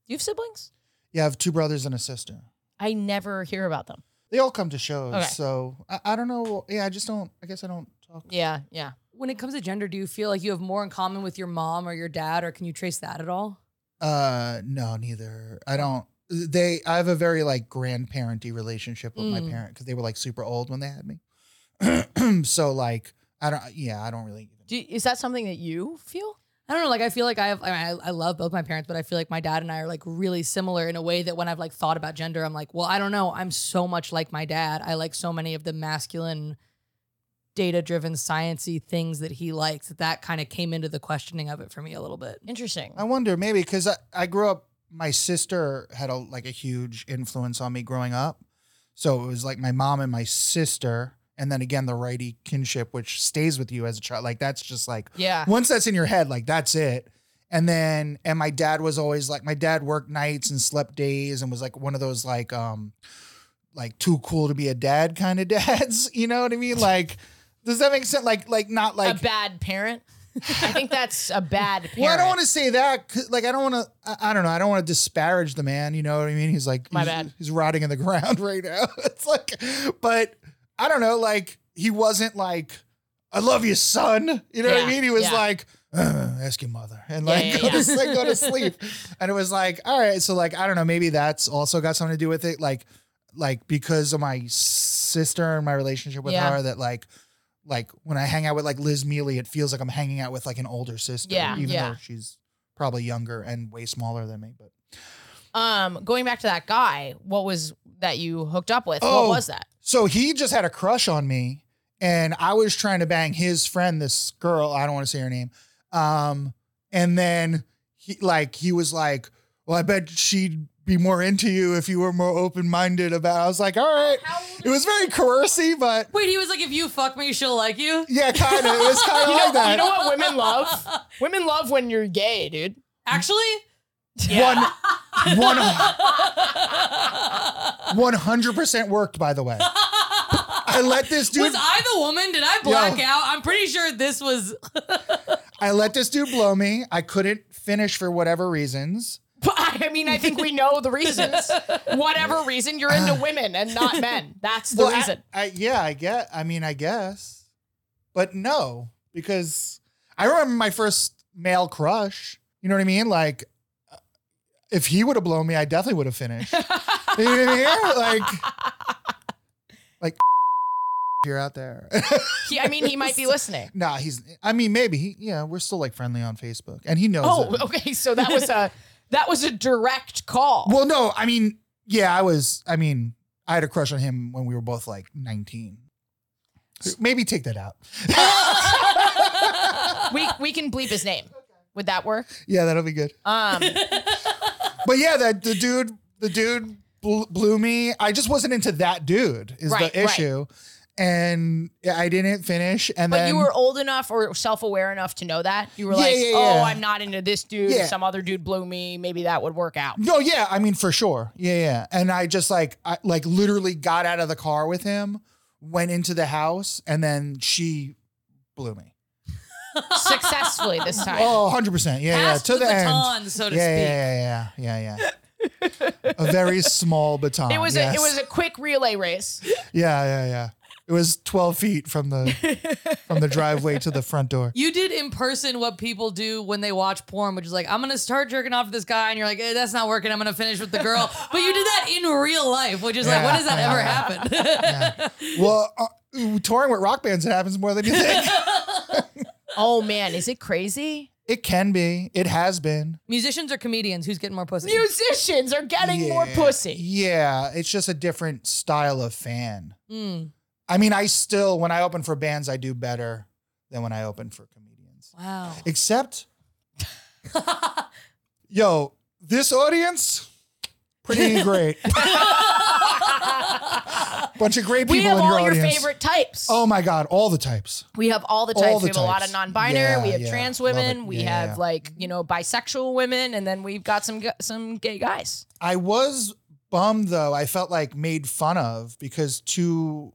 You have siblings?
Yeah, I have two brothers and a sister.
I never hear about them.
They all come to shows,
Okay.
so I, I don't know. Yeah, I just don't. I guess I don't talk.
Yeah, yeah.
When it comes to gender, do you feel like you have more in common with your mom or your dad, or can you trace that at all?
Uh, no, neither. I don't. They. I have a very like grandparenty relationship with my
Mm.
parent because they were like super old when they had me. [CLEARS THROAT] so like, I don't. Yeah, I don't really.
Do, is that something that you feel?
I don't know. Like I feel like I have. I, mean, I, I love both my parents, but I feel like my dad and I are like really similar in a way that when I've like thought about gender, I'm like, well, I don't know. I'm so much like my dad. I like so many of the masculine, data-driven, sciency things that he likes. That that kind of came into the questioning of it for me a little bit.
Interesting.
I wonder maybe because I, I grew up. My sister had a like a huge influence on me growing up, so it was like my mom and my sister, and then again the righty kinship, which stays with you as a child. Like that's just like
Yeah.
once that's in your head, like that's it. And then, and my dad was always like, my dad worked nights and slept days and was like one of those like, um, like too cool to be a dad kind of [LAUGHS] dads. You know what I mean? Like, does that make sense? Like, like not like.
a bad
[LAUGHS]
parent. I think that's a bad [LAUGHS] parent.
well, I don't want to say that. 'cause, Like, I don't want to. I, I don't know. I don't want to disparage the man. You know what I mean? He's like,
My
he's,
bad.
He's rotting in the [LAUGHS] ground right now. it's like, but I don't know. Like, he wasn't like, I love you, son. You know what
Yeah,
I mean? He was
yeah.
like, "Uh, ask your mother, and like, [LAUGHS]
yeah,
go,
yeah.
To, like go
[LAUGHS]
to sleep. And it was like, all right. So like, I don't know. Maybe that's also got something to do with it. Like, like because of my sister and my relationship with
Yeah.
her, that like. Like when I hang out with like Liz Mealy, it feels like I'm hanging out with like an older sister
Yeah,
even
yeah.
though she's probably younger and way smaller than me. But
Um, going back to that guy, what was that you hooked up with?
Oh.
What was that?
so he just had a crush on me, and I was trying to bang his friend, this girl. I don't want to say her name. Um, and then he like he was like, "Well, I bet she'd be more into you if you were more open minded about." I was like, "All right." It was very coercive, but
Wait, he was like, if you fuck me, she'll like you.
yeah, kind of. It was kind of
[LAUGHS] You know,
like that.
you know what women [LAUGHS] love? women love when you're gay, dude.
Actually,
One, one, one hundred percent worked. By the way, I let this dude.
was I the woman? Did I black out? I'm pretty sure this was.
I let this dude blow me. I couldn't finish for whatever reasons.
[LAUGHS] But I I mean, I think we know the reasons. Whatever reason, you're into women and not men. That's the
I-
reason.
I, yeah, I get. I mean, I guess, but no, because I remember my first male crush. You know what I mean? Like, uh, if he would have blown me, I definitely would have finished. you know what I mean? Like, like [LAUGHS] you're out there.
He, I mean, he might be [LAUGHS] listening.
nah, he's. I mean, maybe he. Yeah, we're still like friendly on Facebook, and he knows.
Oh,
it.
okay. So that was a that was a direct call.
Well, no, I mean, yeah, I was. I mean, I had a crush on him when we were both like nineteen. Maybe take that out.
we we can bleep his name. Would that work?
Yeah, that'll be good.
Um,
But yeah, that the dude, the dude bl- blew me. I just wasn't into that dude. Is
Right,
the
right.
issue, and I didn't finish. And
But
then
you were old enough or self-aware enough to know that you were
Um, Yeah,
like,
yeah,
"Oh,
yeah.
I'm not into this dude.
Yeah.
Some other dude blew me. Maybe that would work [LAUGHS] out."
No, yeah, I mean for sure. Yeah, yeah. And I just like I like literally got out of the car with him, went into the house, and then she blew me.
Successfully this time.
Oh, 100%. Yeah, yeah,
Passed
to
the
the,
baton,
end.
so to
yeah,
speak.
Yeah, yeah, yeah, yeah, yeah. a very small baton.
it was
yes.
a it was a quick relay race.
Yeah, yeah, yeah. It was 12 feet from the from the driveway to the front door.
You did in person what people do when they watch porn, which is like, I'm gonna start jerking off this guy, and you're like, eh, that's not working. I'm gonna finish with the girl. But you did that in real life, which is like,
Yeah,
when does that
yeah, [LAUGHS]
ever
yeah.
happen?
Well, uh, ooh, touring with rock bands it happens more than you think.
Oh man, is it crazy?
it can be. It has been.
Musicians or comedians? Who's getting more pussy?
Musicians are getting more
Yeah.
pussy.
Yeah, it's just a different style of fan.
Mm.
I mean, I still when I open for bands, I do better than when I open for comedians.
Wow.
[LAUGHS]
Except, yo, this audience,
[LAUGHS]
pretty great. Bunch of great people
We have
in your
all your
audience.
favorite types.
Oh my god, all the types.
We have all the
All
types.
the
we have a lot
types.
of non-binary.
Yeah,
we have
yeah.
trans
Love
women.
it.
We
Yeah,
have
yeah.
like you know bisexual women, and then we've got some gu- some gay guys.
I was bummed though. I felt like made fun of because two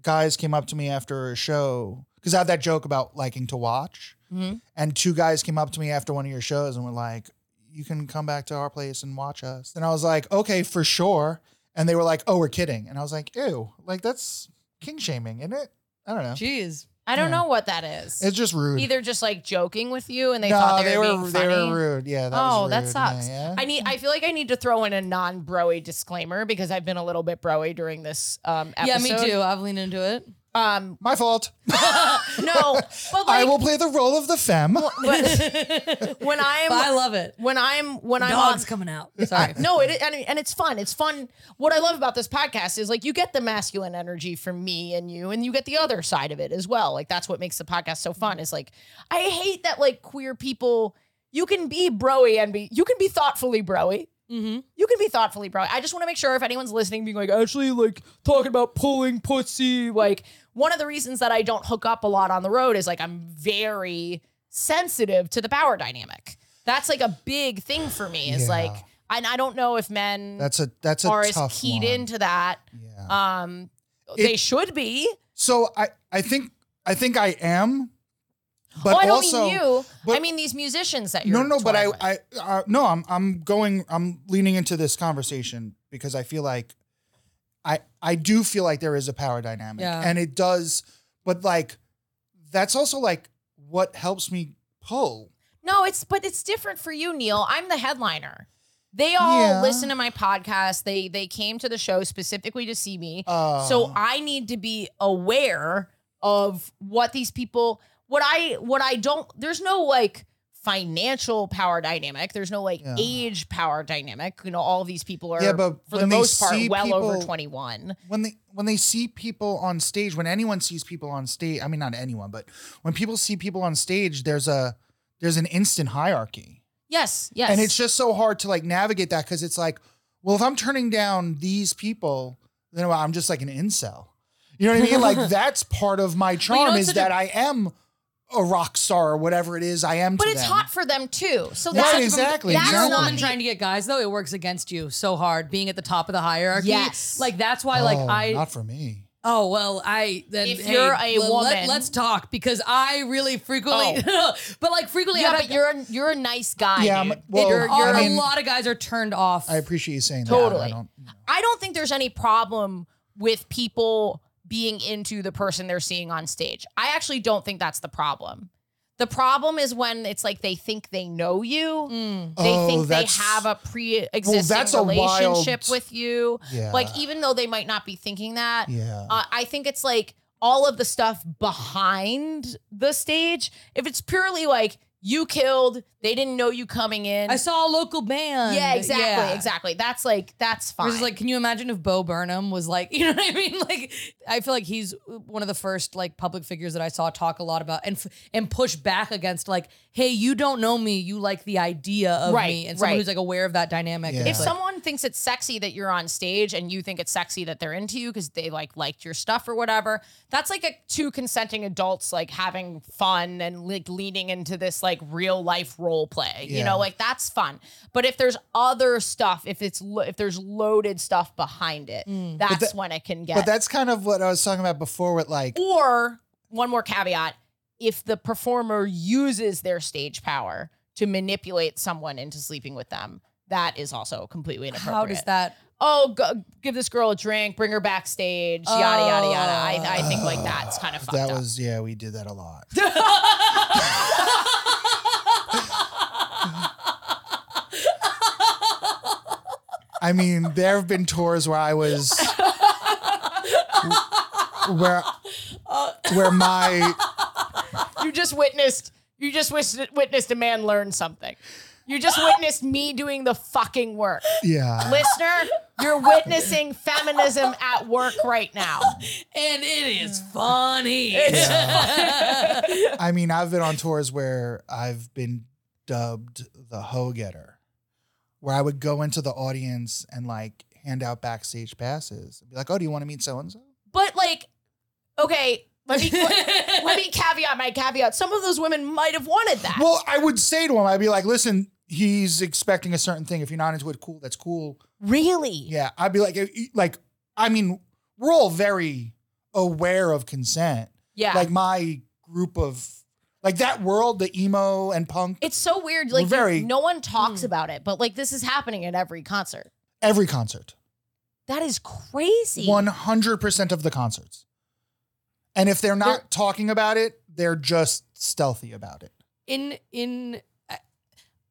guys came up to me after a show because I have that joke about liking to watch.
Mm-hmm.
Mhm.
And two guys came up to me after one of your shows and were like, You can come back to our place and watch us. And I was like, Okay, for sure. And they were like, Oh, we're kidding. And I was like, Ew, like that's king shaming, isn't it? I don't know.
Jeez.
I don't
Yeah.
know what that is.
It's just rude.
Either just like joking with you, and they
no,
thought they,
they
were,
were
being
they
funny.
were rude. Yeah, that was
oh, that
rude. Yeah,
sucks.
yeah.
I need. I feel like I need to throw in a non-broy disclaimer because I've been a little bit broy during this um,
Yeah,
episode.
me too. I've leaned into it.
Um,
My
[LAUGHS]
fault. [LAUGHS]
no, but
I
like
will play the role of the femme.
but [LAUGHS] when I'm
But I love it.
when I'm when I'm on
Dog's coming out. Sorry.
[LAUGHS] no, it and, and it's fun. It's fun. What I love about this podcast is like you get the masculine energy from me and you, and you get the other side of it as well. Like that's what makes the podcast so fun. Is like I hate that like queer people. You can be broy and be you can be thoughtfully broy.
Mm-hmm.
You can be thoughtfully broy. I just want to make sure if anyone's listening, being like actually like talking about pulling pussy. Like one of the reasons that I don't hook up a lot on the road is like I'm very sensitive to the power dynamic. That's like a big thing for me. Is
Yeah.
like and I don't know if men
That's a that's a
are as
tough
keyed
one.
into that.
Yeah.
Um, they
It-
should be.
so I I think I think I am, but
oh, I don't
also
mean you.
but-
I mean these musicians that you're.
no no but I
touring with.
I uh, no I'm I'm going I'm leaning into this conversation because I feel like I I do feel like there is a power dynamic
Yeah.
and it does, but like that's also like what helps me pull.
no, it's but it's different for you, Neil. I'm the headliner. They all
Yeah.
listen to my podcast. They they came to the show specifically to see me.
Uh,
so I need to be aware of what these people what I what I don't there's no like financial power dynamic. There's no like
Yeah.
age power dynamic. You know, all of these people are
Yeah, but
for the
when they
most part
see
well over
people-
21.
when they when they see people on stage when anyone sees people on stage i mean not anyone but when people see people on stage there's a there's an instant hierarchy
Yes, yes.
and it's just so hard to like navigate that because it's like well if i'm turning down these people then i'm just like an incel you know what i mean
[LAUGHS]
like that's part of my charm
know, it's
is
such
that
a-
I am a rock star or whatever it is i am
but
to
it's
them.
hot for them too. So
Right,
that's
exactly,
That's
You're a
exactly.
not
woman
the-
trying to get guys though. It works against you so hard being at the top of the hierarchy.
Yes.
Like that's why.
oh,
like I
not for me
Oh well, I then
If
hey,
you're a
well,
woman- Oh.
let, us talk because I really frequently, [LAUGHS] but like frequently,
yeah, but
I've had-
you're a, you're a nice guy.
Yeah, I'm-
dude.
well,
you're,
are-
you're
I
a-
mean-
a lot of guys are turned off.
i appreciate you saying that
Totally.
i don't
I don't think there's any problem with people being into the person they're seeing on stage. I actually don't think that's the problem. The problem is when it's like they think they know you.
Mm.
They
Oh,
think they
that's-
have a pre-existing
that's a wild-
relationship with you.
yeah
Like even though they might not be thinking that,
yeah
uh, I think it's like all of the stuff behind the stage. If it's purely like you killed, they didn't know you coming in.
I saw a local band.
yeah, exactly,
Yeah.
exactly. That's like that's fine.
Versus like, can you imagine if Bo Burnham was like, [LAUGHS] you know what I mean? Like, I feel like he's one of the first like public figures that I saw talk a lot about and f- and push back against like, hey, you don't know me, you like the idea of
Right,
me, and someone
right.
who's like aware of that dynamic.
Yeah.
and
If
it's like,
someone thinks it's sexy that you're on stage and you think it's sexy that they're into you because they like liked your stuff or whatever. That's like a two consenting adults like having fun and like leaning into this like real life role play. You
Yeah.
know, like that's fun. But if there's other stuff, if it's lo- if there's loaded stuff behind it,
Mm. But
that's
that-
when it can get
But that's kind of what I was talking about before with like
or one more caveat if the performer uses their stage power to manipulate someone into sleeping with them that is also completely inappropriate
How does that?
oh go, give this girl a drink bring her backstage yada yada yada I, I think like that's kind of fucked
Oh. that
up
was yeah, we did that a
[LAUGHS]
lot. I mean, there have been tours where I
[LAUGHS]
was where
Oh.
where my
you just witnessed you just wis- witnessed a man learn something you just witnessed me doing the
[LAUGHS]
fucking work
yeah.
listener you're witnessing feminism at work right now
and it is [LAUGHS]
[LAUGHS]
funny
I mean, I've been on tours where I've been dubbed the hoe getter, where I would go into the audience and like hand out backstage passes and be like, "Oh, do you want to meet so and so?"
But like, okay, let me let, let me caveat my caveat. Some of those women might have wanted that.
Well, I would say to him, I'd be like, "Listen, he's expecting a certain thing. If you're not into it, cool. That's cool."
Really?
Yeah, I'd be like, eh, eh, like, I mean, we're all very aware of consent.
Yeah.
like my group of like that world, the emo and punk.
it's so weird. Like,
Very-
no one talks
Hmm.
about it, but like, this is happening at every concert.
every concert.
That is crazy.
One hundred percent of the concerts. And if they're not talking about it, they're just stealthy about it.
in in I-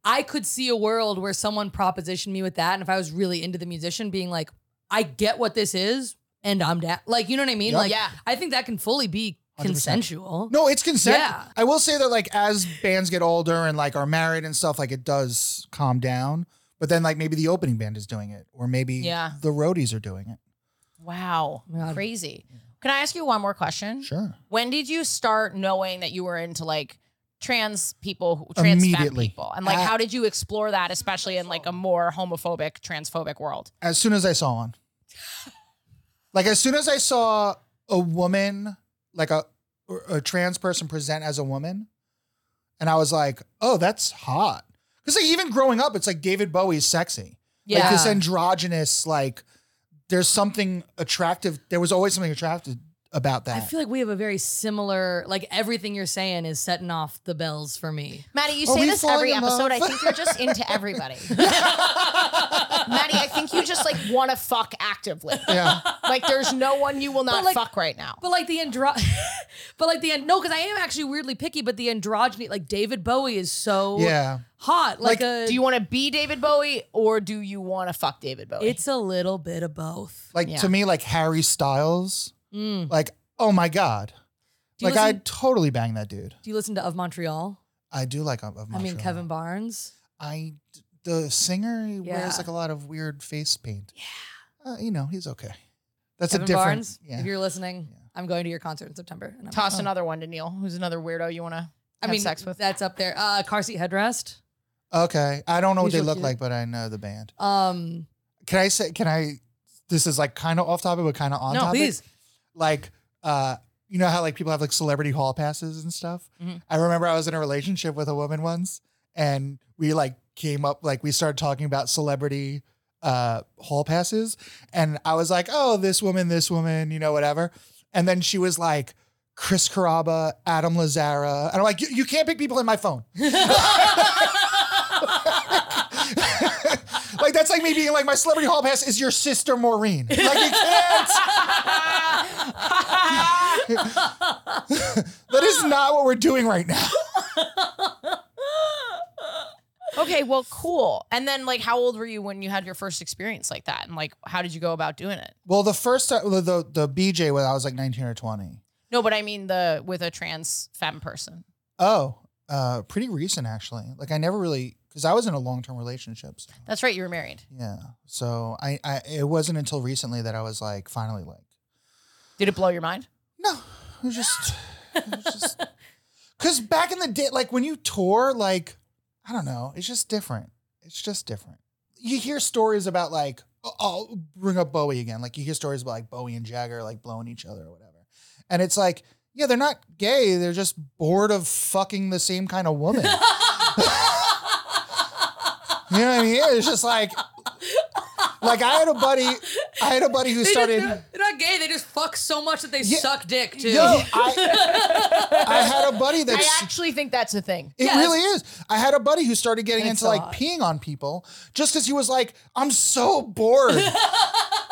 I could see a world where someone propositioned me with that, and if I was really into the musician, being like, I get what this is, and I'm down. Like, you know what I mean?
Yep.
Like,
Yeah.
I think that can fully be
100%.
consensual.
No, it's consent.
Yeah.
I will say that like as bands get older and like are married and stuff, like it does calm down. But then like maybe the opening band is doing it, or maybe
Yeah.
the roadies are doing it.
Wow,
Oh
crazy. Can I ask you one more question?
Sure.
When did you start knowing that you were into like trans people, trans fat
Immediately.
people, and like
Uh,
how did you explore that, especially in like a more homophobic, transphobic world?
As soon as I saw one. Like as soon as I saw a woman, like a or a trans person present as a woman, and I was like, oh, that's hot. Because like even growing up, it's like David Bowie's sexy. Like this
Yeah.
androgynous, like there's something attractive. There was always something attractive about that.
I feel like we have a very similar, like everything you're saying is setting off the bells for me.
Maddie, you
Are
say
we
this every
falling in
episode. I
love?
think you're just into
[LAUGHS]
everybody. Maddie, I think you just like want to fuck actively.
[LAUGHS] Yeah.
Like there's no one you will not
like-
fuck right now.
But like the andro, [LAUGHS] but like the and- no, because I am actually weirdly picky. But the androgyny, like David Bowie, is so
Yeah.
hot. Like, uh, a,
do you want to be David Bowie or do you want to fuck David Bowie?
It's a little bit of both.
like to me, like Harry Styles,
Mm.
like, oh my God.
Do you
Like
listen-
I'd totally bang that dude.
Do you listen to Of Montreal?
I do like um, of Montreal.
I mean, Kevin Barnes.
I the singer he
Yeah.
wears like a lot of weird face paint. Yeah. Uh, you know, he's okay. That's
Kevin
a different
Barnes,
yeah.
If you're listening, I'm going to your concert in September. And I'm
Toss another one to Neil, who's another weirdo you want to
I
have
mean,
sex with.
That's up there. Uh, car seat headrest.
Okay. I don't know what they
Usual
look
kid.
like, but I know the band.
Um,
Can I say can I this is like kind of off topic but kind of on
No,
topic?
please.
Like uh you know how like people have like celebrity hall passes and stuff?
Mhm.
I remember I was in a relationship with a woman once and we like came up like we started talking about celebrity uh hall passes and I was like, "Oh, this woman, this woman, you know, whatever." And then she was like Chris Caraba, Adam Lazara. And I'm like, you, you can't pick people in my phone. [LAUGHS] like that's like me being like my celebrity hall pass is your sister Maureen. Like you can't.
[LAUGHS]
that is not what we're doing right now. [LAUGHS]
okay, well, cool. And then like how old were you when you had your first experience like that? And like how did you go about doing it?
Well, the first time the the, the BJ when I was like 19 or 20.
No, but I mean the with a trans femme person.
Oh, uh, pretty recent actually. Like I never really because I was in a long term relationship. So
That's right, you were married.
yeah, so I, I it wasn't until recently that I was like finally like
Did it blow your mind?
It was just, because back in the day, like when you tour, like I don't know, it's just different. It's just different. you hear stories about like oh, I'll bring up Bowie again. Like you hear stories about like Bowie and Jagger like blowing each other or whatever. And it's like, yeah, they're not gay. They're just bored of fucking the same kind of woman. you know what I mean? It's just like like I had a buddy I had a buddy who
They just-
started
[LAUGHS] they're, they're not gay. They just fuck so much that they suck dick too.
Yo, I, I had a buddy that
I actually think that's a thing.
It really is. I had a buddy who started getting
It's
into like
odd.
peeing on people just because he was like, I'm so bored.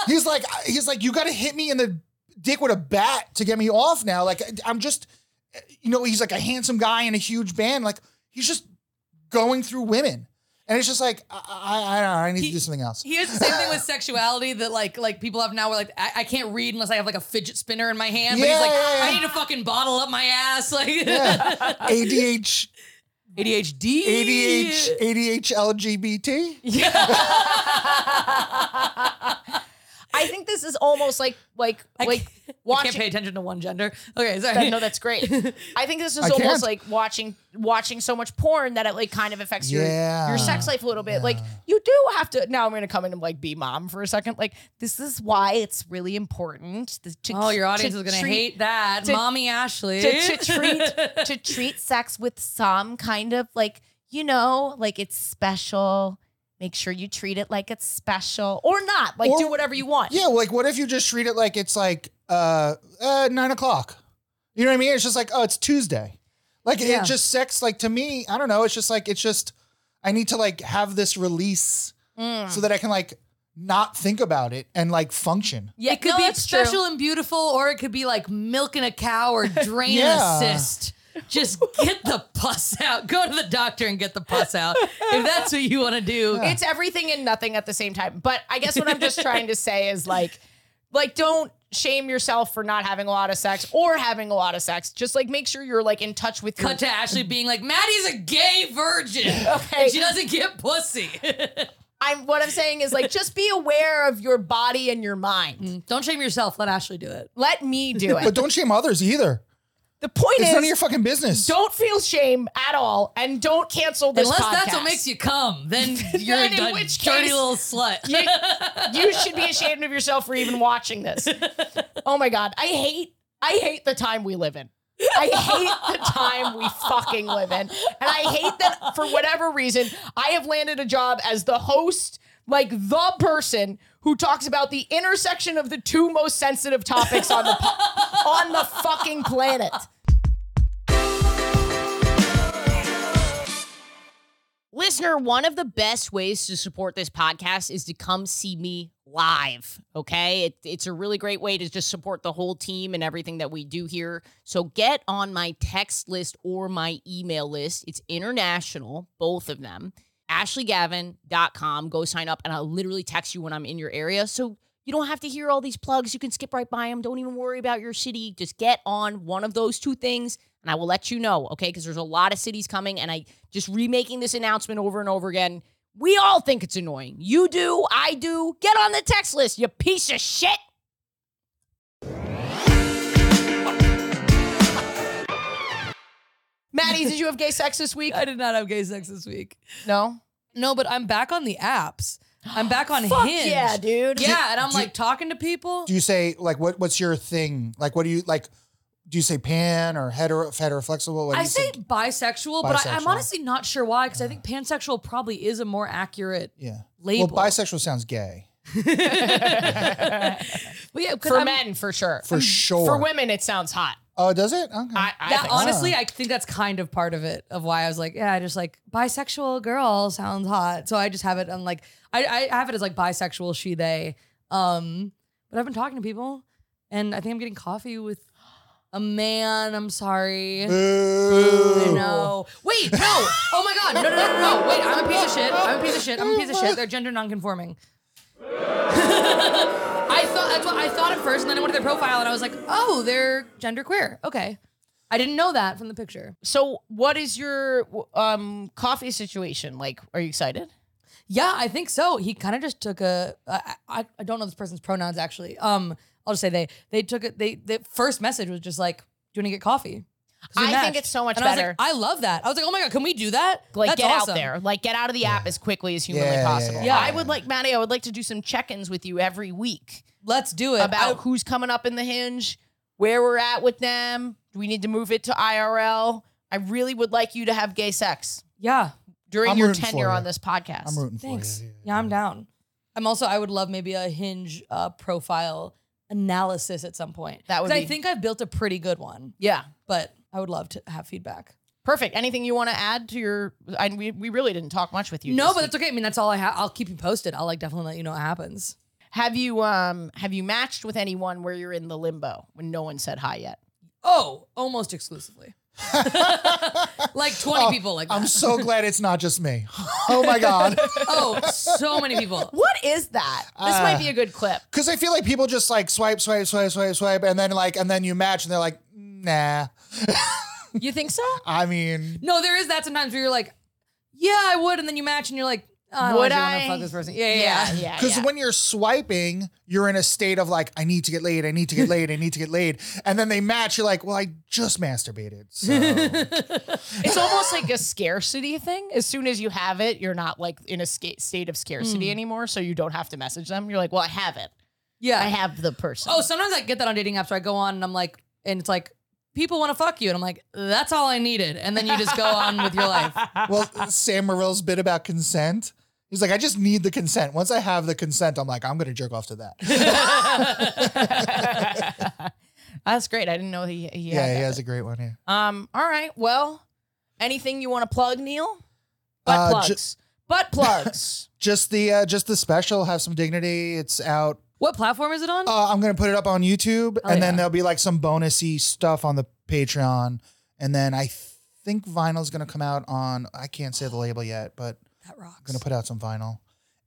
he's like, he's like, you got to hit me in the dick with a bat to get me off now. Like, I'm just, you know, he's like a handsome guy in a huge band. Like, he's just going through women. And it's just like, I, I, I don't know. I need to do something else.
He has the same
[SIGHS]
thing with sexuality that like like people have now where like I, I can't read unless I have like a fidget spinner in my hand. but
Yeah,
he's like,
yeah, yeah.
I need to fucking bottle up my ass.
[LAUGHS]
Like [LAUGHS]
Yeah. ADH,
ADHD.
ADH, ADH, LGBT.
[LAUGHS]
I think this is almost like like like
I can't
watching.
pay attention to one gender. Okay, sorry.
that- no, that's
[LAUGHS]
great. I think this is
I
almost
can't.
like watching watching so much porn that it like kind of affects your
Yeah.
your sex life a little bit. Like you do have to. Now I'm going to come in and like be mom for a second. Like this is why it's really important. th- To,
Oh, your
to
audience is gonna
treat-
hate that.
to-
Mommy Ashley.
to, to
[LAUGHS]
treat to treat sex with some kind of like you know like it's special. Make sure you treat it like it's special or not. Like
Or-
do whatever you want.
Yeah, like what if you just treat it like it's like uh, uh nine o'clock? You know what I mean? It's just like oh, it's Tuesday. Like
Yeah.
it just sex. Like to me, I don't know. It's just like it's just I need to like have this release
Mm.
so that I can like not think about it and like function.
Yeah,
it could
no,
be
that's true.
special and beautiful, or it could be like milking a cow [LAUGHS] or draining
Yeah.
a cyst. Just get the pus out. Go to the doctor and get the pus out if that's what you want to do.
It's everything and nothing at the same time. But I guess what I'm just trying to say is like, like don't shame yourself for not having a lot of sex or having a lot of sex. Just like make sure you're like in touch with your.
Cut to Ashley being like, Maddie's a gay virgin.
Okay.
And she doesn't get pussy.
I'm what I'm saying is like just be aware of your body and your mind.
[LAUGHS] Don't shame yourself. Let Ashley do it.
Let me do
But
it.
don't shame others either.
The point
It's none of your
is,
fucking business.
don't feel shame at all, and don't cancel this.
Unless that's what
podcast.
makes you come, [LAUGHS] then you're
Then in
a
which
dirty
case-
little slut.
you, you should be ashamed of yourself for even watching this. Oh my god, I hate I hate the time we live in. I hate the time we fucking live in. And I hate that for whatever reason, I have landed a job as the host, like the person who talks about the intersection of the two most sensitive topics on the po- on the fucking planet.
Listener, one of the best ways to support this podcast is to come see me live. Okay. It, it's a really great way to just support the whole team and everything that we do here. So get on my text list or my email list. It's international, both of them. AshleyGavin.com. Go sign up, and I'll literally text you when I'm in your area. So you don't have to hear all these plugs. You can skip right by them. Don't even worry about your city. Just get on one of those two things and I will let you know, okay? Because there's a lot of cities coming and I just remaking this announcement over and over again. We all think it's annoying. You do, I do. Get on the text list, you piece of shit.
Maddie, did you
[LAUGHS]
have gay sex this week?
I did not have gay sex this week.
No.
[LAUGHS] No, but I'm back on the apps. I'm back [GASPS] on
Fuck
Hinge.
yeah, dude.
Yeah, and I'm
do-
like talking to people.
Do you say like what? What's your thing? Like what do you like? Do you say pan or hetero, hetero flexible? What do
I
you
say bisexual, but I, I'm
Bisexual.
honestly not sure why because I think pansexual probably is a more accurate
yeah.
label.
Well, bisexual sounds gay
But yeah, 'cause
For
I'm-
men, Um, for sure.
for sure.
For women, it sounds hot.
Oh, does it? Okay.
I, I
that
think so.
honestly, I think that's kind of part of it of why I was like, yeah, I just like bisexual girl sounds hot, so I just have it on like I, I have it as like bisexual she they. Um, but I've been talking to people, and I think I'm getting coffee with a man. I'm sorry.
[LAUGHS] Boo.
No. Wait, no. Oh my god. No, no, no, no, no. Wait, I'm a piece of shit. I'm a piece of shit. I'm a piece of shit. They're gender nonconforming. [LAUGHS] I thought that's what I thought at first, and then I went to their profile and I was like, oh, they're gender queer. Okay. I didn't know that from the picture.
So, what is your w- um coffee situation like? Are you excited?
Yeah, I think so. He kind of just took a. I, I I don't know this person's pronouns actually. Um, I'll just say they. They took it. They the first message was just like, "Do you want to get coffee?" 'Cause we
I
matched.
think it's so much
And I was
better.
like, I love that. I was like, oh my god, can we do that?
Like
That's
get
awesome.
out there, like get out of the app as quickly as humanly
Yeah, yeah, yeah,
possible.
yeah.
I would like Maddie. I would like to do some check-ins with you every week.
Let's do it
about who's coming up in the hinge, where we're at with them. Do we need to move it to IRL? I really would like you to have gay sex.
Yeah,
during
I'm
your
rooting for
tenure
you.
on this podcast.
I'm rooting for you. Thanks. Oh,
[LAUGHS]
Yeah, I'm down. I'm also. I would love maybe a hinge uh, profile analysis at some point.
That would
'Cause I
be-
think I've built a pretty good one.
Yeah,
but I would love to have feedback.
Perfect. Anything you want to add to your? I, we we really didn't talk much with you.
no,
this
but
week.
that's okay. I mean, that's all I have. I'll keep you posted. I'll like definitely let you know what happens.
have you um have you matched with anyone where you're in the limbo when no one said hi yet?
Oh, almost [LAUGHS] exclusively. like 20 people like that.
I'm so glad it's not just me. [LAUGHS] Oh my god. [LAUGHS]
oh, so many
[LAUGHS]
people.
What is that? This
Uh,
might be a good clip.
Because I feel like people just like swipe, swipe, swipe, swipe, swipe, and then like, and then you match, and they're like, nah.
You think so?
I mean,
No, there is that sometimes where you're like, yeah, I would. And then you match and you're like, "Oh, I don't
Would
want to
I?
fuck this person. Yeah, yeah, yeah. [LAUGHS]
because when you're swiping, you're in a state of like, I need to get laid, I need to get laid, I need to get laid, and then they match. You're like, well, I just masturbated. So.
[LAUGHS]
It's almost [GASPS] like a scarcity thing. As soon as you have it, you're not like in a sca- state of scarcity
Mm.
anymore, so you don't have to message them. You're like, well, I have it.
Yeah.
I have the person. [LAUGHS]
Oh, sometimes I get that on dating apps where I go on and I'm like, and it's like, people want to fuck you. And I'm like, that's all I needed. And then you just go on with your
[LAUGHS]
life. Uh,
well, Sam Morrill's bit about consent. He's like, I just need the consent. Once I have the consent, I'm like, I'm gonna jerk off to
[LAUGHS]
that.
that's great. I didn't know he he
yeah,
had
he
that.
has a great one. Yeah.
Um. All right. Well, anything you want to plug, Neil? Butt
Uh,
plugs.
ju- [LAUGHS]
Butt plugs.
Just the uh, just the special. Have some dignity. It's out.
What platform is it on?
Uh, I'm gonna put it up on YouTube,
Oh,
and
yeah.
then there'll be like some bonusy stuff on the Patreon, and then I think vinyl's gonna come out on. I can't say the label yet, but
that
I'm gonna put out some vinyl,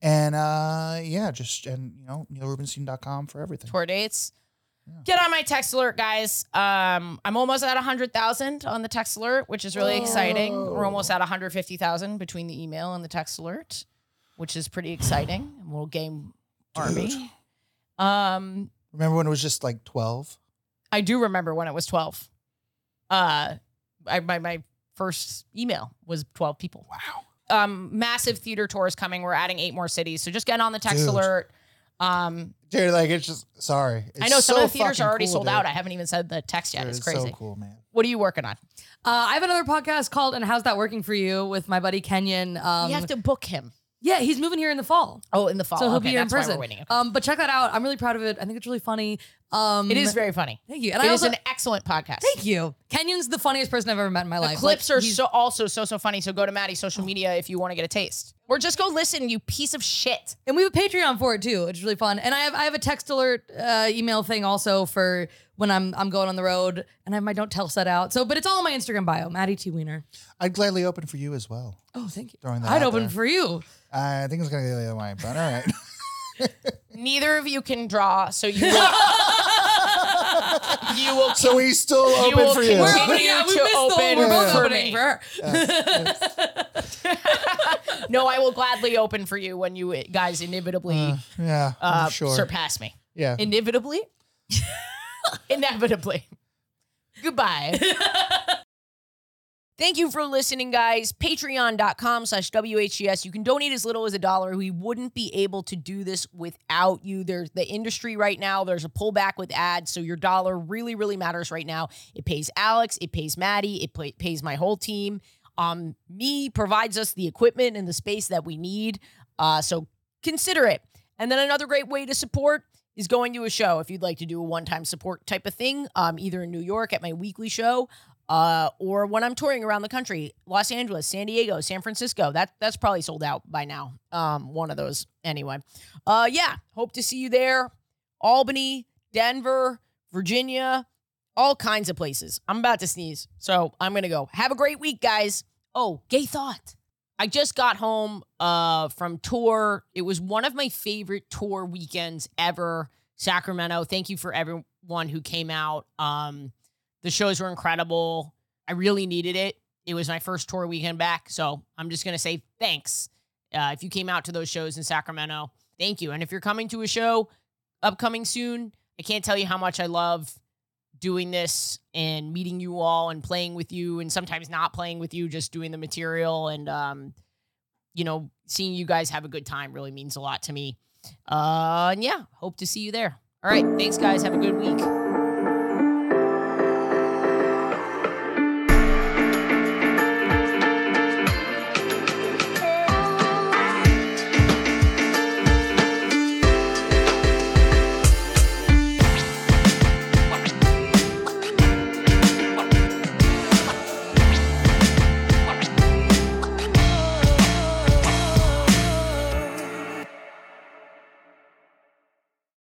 and uh, yeah, just and you know neilrubenstein.com for everything.
tour dates. Get on my text alert, guys. Um, I'm almost at 100,000 on the text alert, which is really exciting. We're almost at 150,000 between the email and the text alert, which is pretty exciting. And we'll game
Dude.
army. Um,
Remember when it was just like 12?
I do remember when it was 12. Uh, I, my, my first email was 12 people. Wow. Um, massive theater tours coming. We're adding eight more cities. So just get on the text
Dude.
alert. Um,
Dude, like it's just sorry. It's
I know some
so
of the theaters are
fucking
already
cool,
sold
dude.
out. I haven't even said the text yet.
Dude,
it's
it's
crazy.
so cool, man.
What are you working on?
Uh, I have another podcast called "And How's That Working for You" with my buddy Kenyon. Um,
you have to book him.
yeah, he's moving here in the fall,
Oh, in the fall.
so he'll
okay,
be here in
that's why
person.
we're waiting. Okay.
Um, but check that out. I'm really proud of it. I think it's really funny. Um,
it is very funny.
Thank you. And
It
I
is
also
an excellent podcast.
thank you. Kenyon's the funniest person I've ever met in my
The
life.
clips
Like,
are
he's-
so also so so funny. So go to Maddie's social media if you want to get a taste, or just go listen. You piece of shit.
and we have a Patreon for it too. It's really fun. And I have I have a text alert uh, email thing also for when I'm I'm going on the road and I have my don't tell set out. So, but it's all on my Instagram bio, Maddie T Wiener.
I'd gladly open for you as well.
Oh, thank you.
Throwing that
I'd
out
open
there.
for you.
I think it's gonna be the other way, but all right.
[LAUGHS] Neither of you can draw, so you [LAUGHS] will, you will. [LAUGHS]
so we still open
will
for you.
We're
We're opening,
You
yeah, we
to
missed the
open
one we're both
for
opening
me.
for her.
No, I will gladly open for you when you guys inevitably uh,
yeah, I'm sure.
surpass me.
Yeah.
Inevitably. [LAUGHS] Inevitably. Goodbye. [LAUGHS] Thank you for listening, guys. Patreon.com slash WHES. You can donate as little as a dollar. We wouldn't be able to do this without you. There's the industry right now, there's a pullback with ads. So your dollar really, really matters right now. It pays Alex, it pays Maddie, it pay- pays my whole team. Um, me provides us the equipment and the space that we need. Uh, so consider it. And then another great way to support is going to a show. If you'd like to do a one time support type of thing, um, either in New York at my weekly show uh, or when I'm touring around the country, Los Angeles, San Diego, San Francisco. That that's probably sold out by now. Um, one of those anyway. Uh, yeah, hope to see you there. Albany, Denver, Virginia, all kinds of places. I'm about to sneeze, so I'm gonna go. Have a great week, guys. Oh, gay thought. I just got home uh, from tour. It was one of my favorite tour weekends ever. Sacramento. Thank you for everyone who came out. Um, the shows were incredible. I really needed it. It was my first tour weekend back, so I'm just gonna say thanks. Uh, if you came out to those shows in Sacramento, thank you. And if you're coming to a show upcoming soon, I can't tell you how much I love doing this and meeting you all and playing with you and sometimes not playing with you, just doing the material and um, you know, seeing you guys have a good time really means a lot to me. Uh, and yeah, hope to see you there. All right, thanks guys. Have a good week.